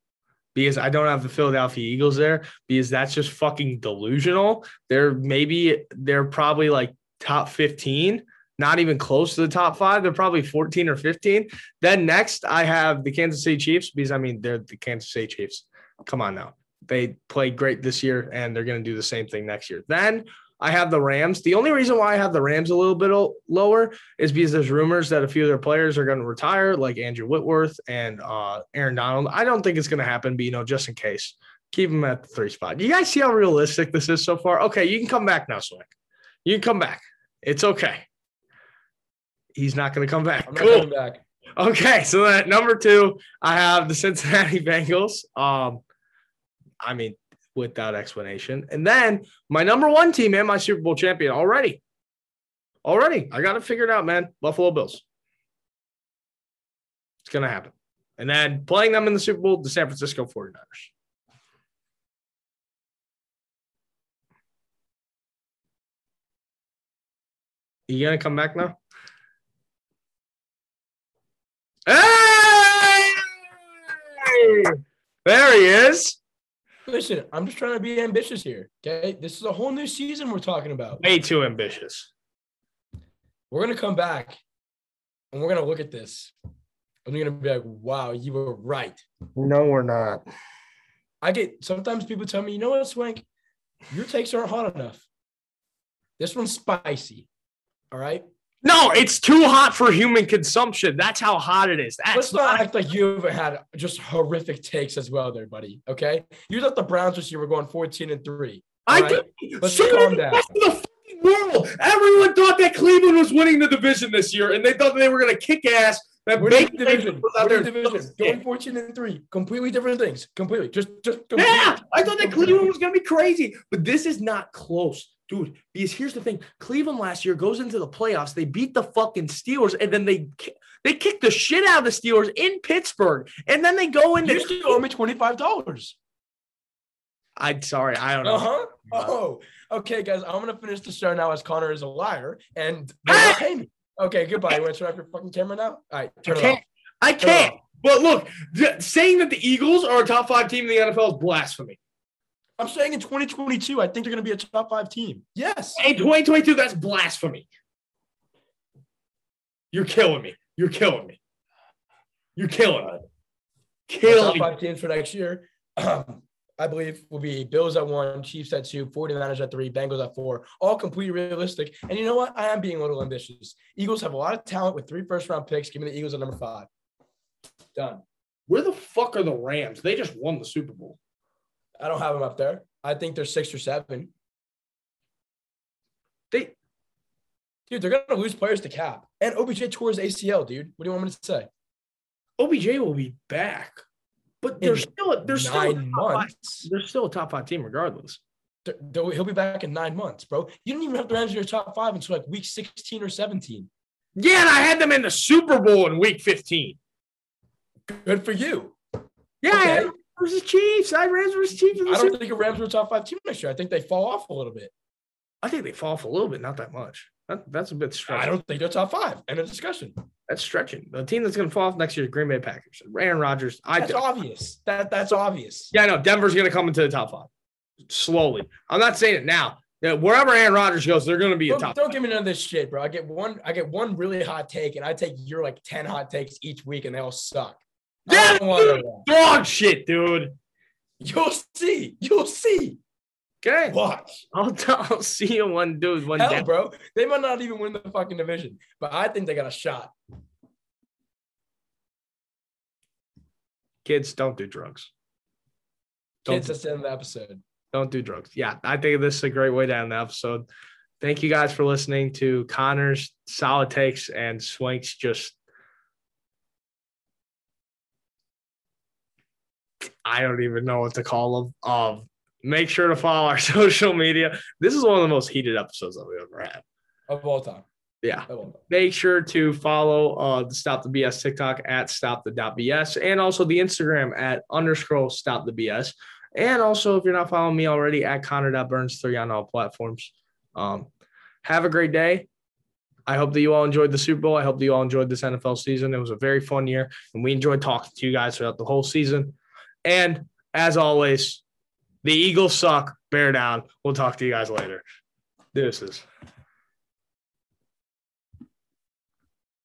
Speaker 1: because I don't have the Philadelphia Eagles there because that's just fucking delusional. They're maybe, they're probably like top 15, not even close to the top five. They're probably 14 or 15. Then next, I have the Kansas City Chiefs because I mean they're the Kansas City Chiefs. Come on now, they played great this year and they're going to do the same thing next year. Then I have the Rams. The only reason why I have the Rams a little bit o- lower is because there's rumors that a few of their players are going to retire, like Andrew Whitworth and uh, Aaron Donald. I don't think it's going to happen, but you know, just in case, keep them at the three spot. You guys see how realistic this is so far? Okay, you can come back now, Swick. You can come back. It's okay. He's not going to come back.
Speaker 2: I'm not
Speaker 1: Cool.
Speaker 2: coming back.
Speaker 1: Okay, so then at number two, I have the Cincinnati Bengals. Um, I mean, without explanation. And then my number one team and my Super Bowl champion already. Already, I got it figured out, man. Buffalo Bills. It's gonna happen. And then playing them in the Super Bowl, the San Francisco 49ers. You gonna come back now? Hey! There he is.
Speaker 2: Listen, I'm just trying to be ambitious here. Okay, this is a whole new season we're talking about.
Speaker 1: Way too ambitious.
Speaker 2: We're gonna come back, and we're gonna look at this, and we're gonna be like, "Wow, you were right."
Speaker 1: No, we're not.
Speaker 2: I get sometimes people tell me, you know what, Swank, your takes aren't hot enough. This one's spicy. All right.
Speaker 1: No, it's too hot for human consumption. That's how hot it is. That's
Speaker 2: Let's not
Speaker 1: not.
Speaker 2: act like you haven't had just horrific takes as well, there, buddy. Okay. You thought the Browns this year were going 14 and 3.
Speaker 1: I
Speaker 2: all right?
Speaker 1: did.
Speaker 2: Let's
Speaker 1: so
Speaker 2: calm
Speaker 1: did
Speaker 2: down.
Speaker 1: The rest of the fucking world. Everyone thought that Cleveland was winning the division this year, and they thought they were going to kick ass. That
Speaker 2: We're in
Speaker 1: Baker
Speaker 2: the division.
Speaker 1: Mayfield was out
Speaker 2: We're
Speaker 1: there.
Speaker 2: in the division. Going 14 and 3. Completely different things. Completely. Just just completely.
Speaker 1: Yeah, I thought that Cleveland was going to be crazy, but this is not close, dude. Because here's the thing: Cleveland last year goes into the playoffs, they beat the fucking Steelers, and then they ki- they kick the shit out of the Steelers in Pittsburgh, and then they go into
Speaker 2: You still owe me $25.
Speaker 1: I'm sorry. I don't know.
Speaker 2: Uh huh. Oh, okay, guys. I'm gonna finish the show now as Connor is a liar and
Speaker 1: Ah!
Speaker 2: pay me. Okay, goodbye. You want to turn off your fucking camera now? All right,
Speaker 1: I
Speaker 2: turn it off.
Speaker 1: can't. I
Speaker 2: Turn it
Speaker 1: can't.
Speaker 2: off.
Speaker 1: But look, th- saying that the Eagles are a top five team in the NFL is blasphemy.
Speaker 2: I'm saying in 2022, I think they're gonna be a top five team. Yes.
Speaker 1: In 2022, that's blasphemy. You're killing me. You're killing me. You're killing me.
Speaker 2: Top
Speaker 1: Killing me.
Speaker 2: five teams for next year. I believe will be Bills at one, Chiefs at two, 49ers at three, Bengals at four, all completely realistic. And you know what? I am being a little ambitious. Eagles have a lot of talent with three first round picks. Give me the Eagles at number five. Done.
Speaker 1: Where the fuck are the Rams? They just won the Super Bowl.
Speaker 2: I don't have them up there. I think they're six or seven.
Speaker 1: They
Speaker 2: Dude, they're gonna lose players to cap. And OBJ tore his ACL, dude. What do you want me to say?
Speaker 1: OBJ will be back, but they're
Speaker 2: In
Speaker 1: still they're still a
Speaker 2: nine
Speaker 1: top five,
Speaker 2: months.
Speaker 1: they're still a top five team regardless.
Speaker 2: Th- th- He'll be back in nine months, bro. You don't even have to answer your top five until like week 16 or 17.
Speaker 1: Yeah, and I had them in the Super Bowl in Week 15.
Speaker 2: Good for you.
Speaker 1: Yeah, I had
Speaker 2: Okay.
Speaker 1: them versus Chiefs. I had Rams versus Chiefs. In the
Speaker 2: I
Speaker 1: Super-
Speaker 2: don't think the Rams are a top five team next year. I think they fall off a little bit.
Speaker 1: I think they fall off a little bit, not that much. That, that's a bit stretching.
Speaker 2: I don't think they're top five. End of discussion.
Speaker 1: that's stretching. The team that's going to fall off next year is Green Bay Packers. Aaron Rodgers. I
Speaker 2: That's obvious. That that's obvious.
Speaker 1: yeah, I know Denver's going to come into the top five slowly. I'm not saying it now. Yeah, Wherever Aaron Rodgers goes, they're going to be a
Speaker 2: Don't,
Speaker 1: top.
Speaker 2: don't give me none of this shit, bro. I get one. I get one really hot take, and I take your like ten hot takes each week, and they all suck. I
Speaker 1: Yeah,
Speaker 2: don't want none of that.
Speaker 1: dog shit, dude.
Speaker 2: You'll see. You'll see.
Speaker 1: Okay,
Speaker 2: Watch.
Speaker 1: I'll, I'll see you one dude one day.
Speaker 2: Hell, bro. They might not even win the fucking division, but I think they got a shot.
Speaker 1: Kids, don't do drugs. Don't
Speaker 2: Kids, that's the end of the episode.
Speaker 1: don't do drugs. Yeah, I think this is a great way to end the episode. Thank you guys for listening to Connor's solid takes and Swank's just. I don't even know what to call them. Um, make sure to follow our social media. This is one of the most heated episodes that we've ever had.
Speaker 2: Of all time.
Speaker 1: Yeah
Speaker 2: Of all time.
Speaker 1: make sure to follow uh, the Stop the BS TikTok at Stop the dot BS and also the Instagram at underscore Stop the BS. And also, if you're not following me already, at Connor.Burns3 on all platforms. Um, have a great day. I hope that you all enjoyed the Super Bowl. I hope that you all enjoyed this NFL season. It was a very fun year, and we enjoyed talking to you guys throughout the whole season. And as always, the Eagles suck. Bear down. We'll talk to you guys later. Deuces.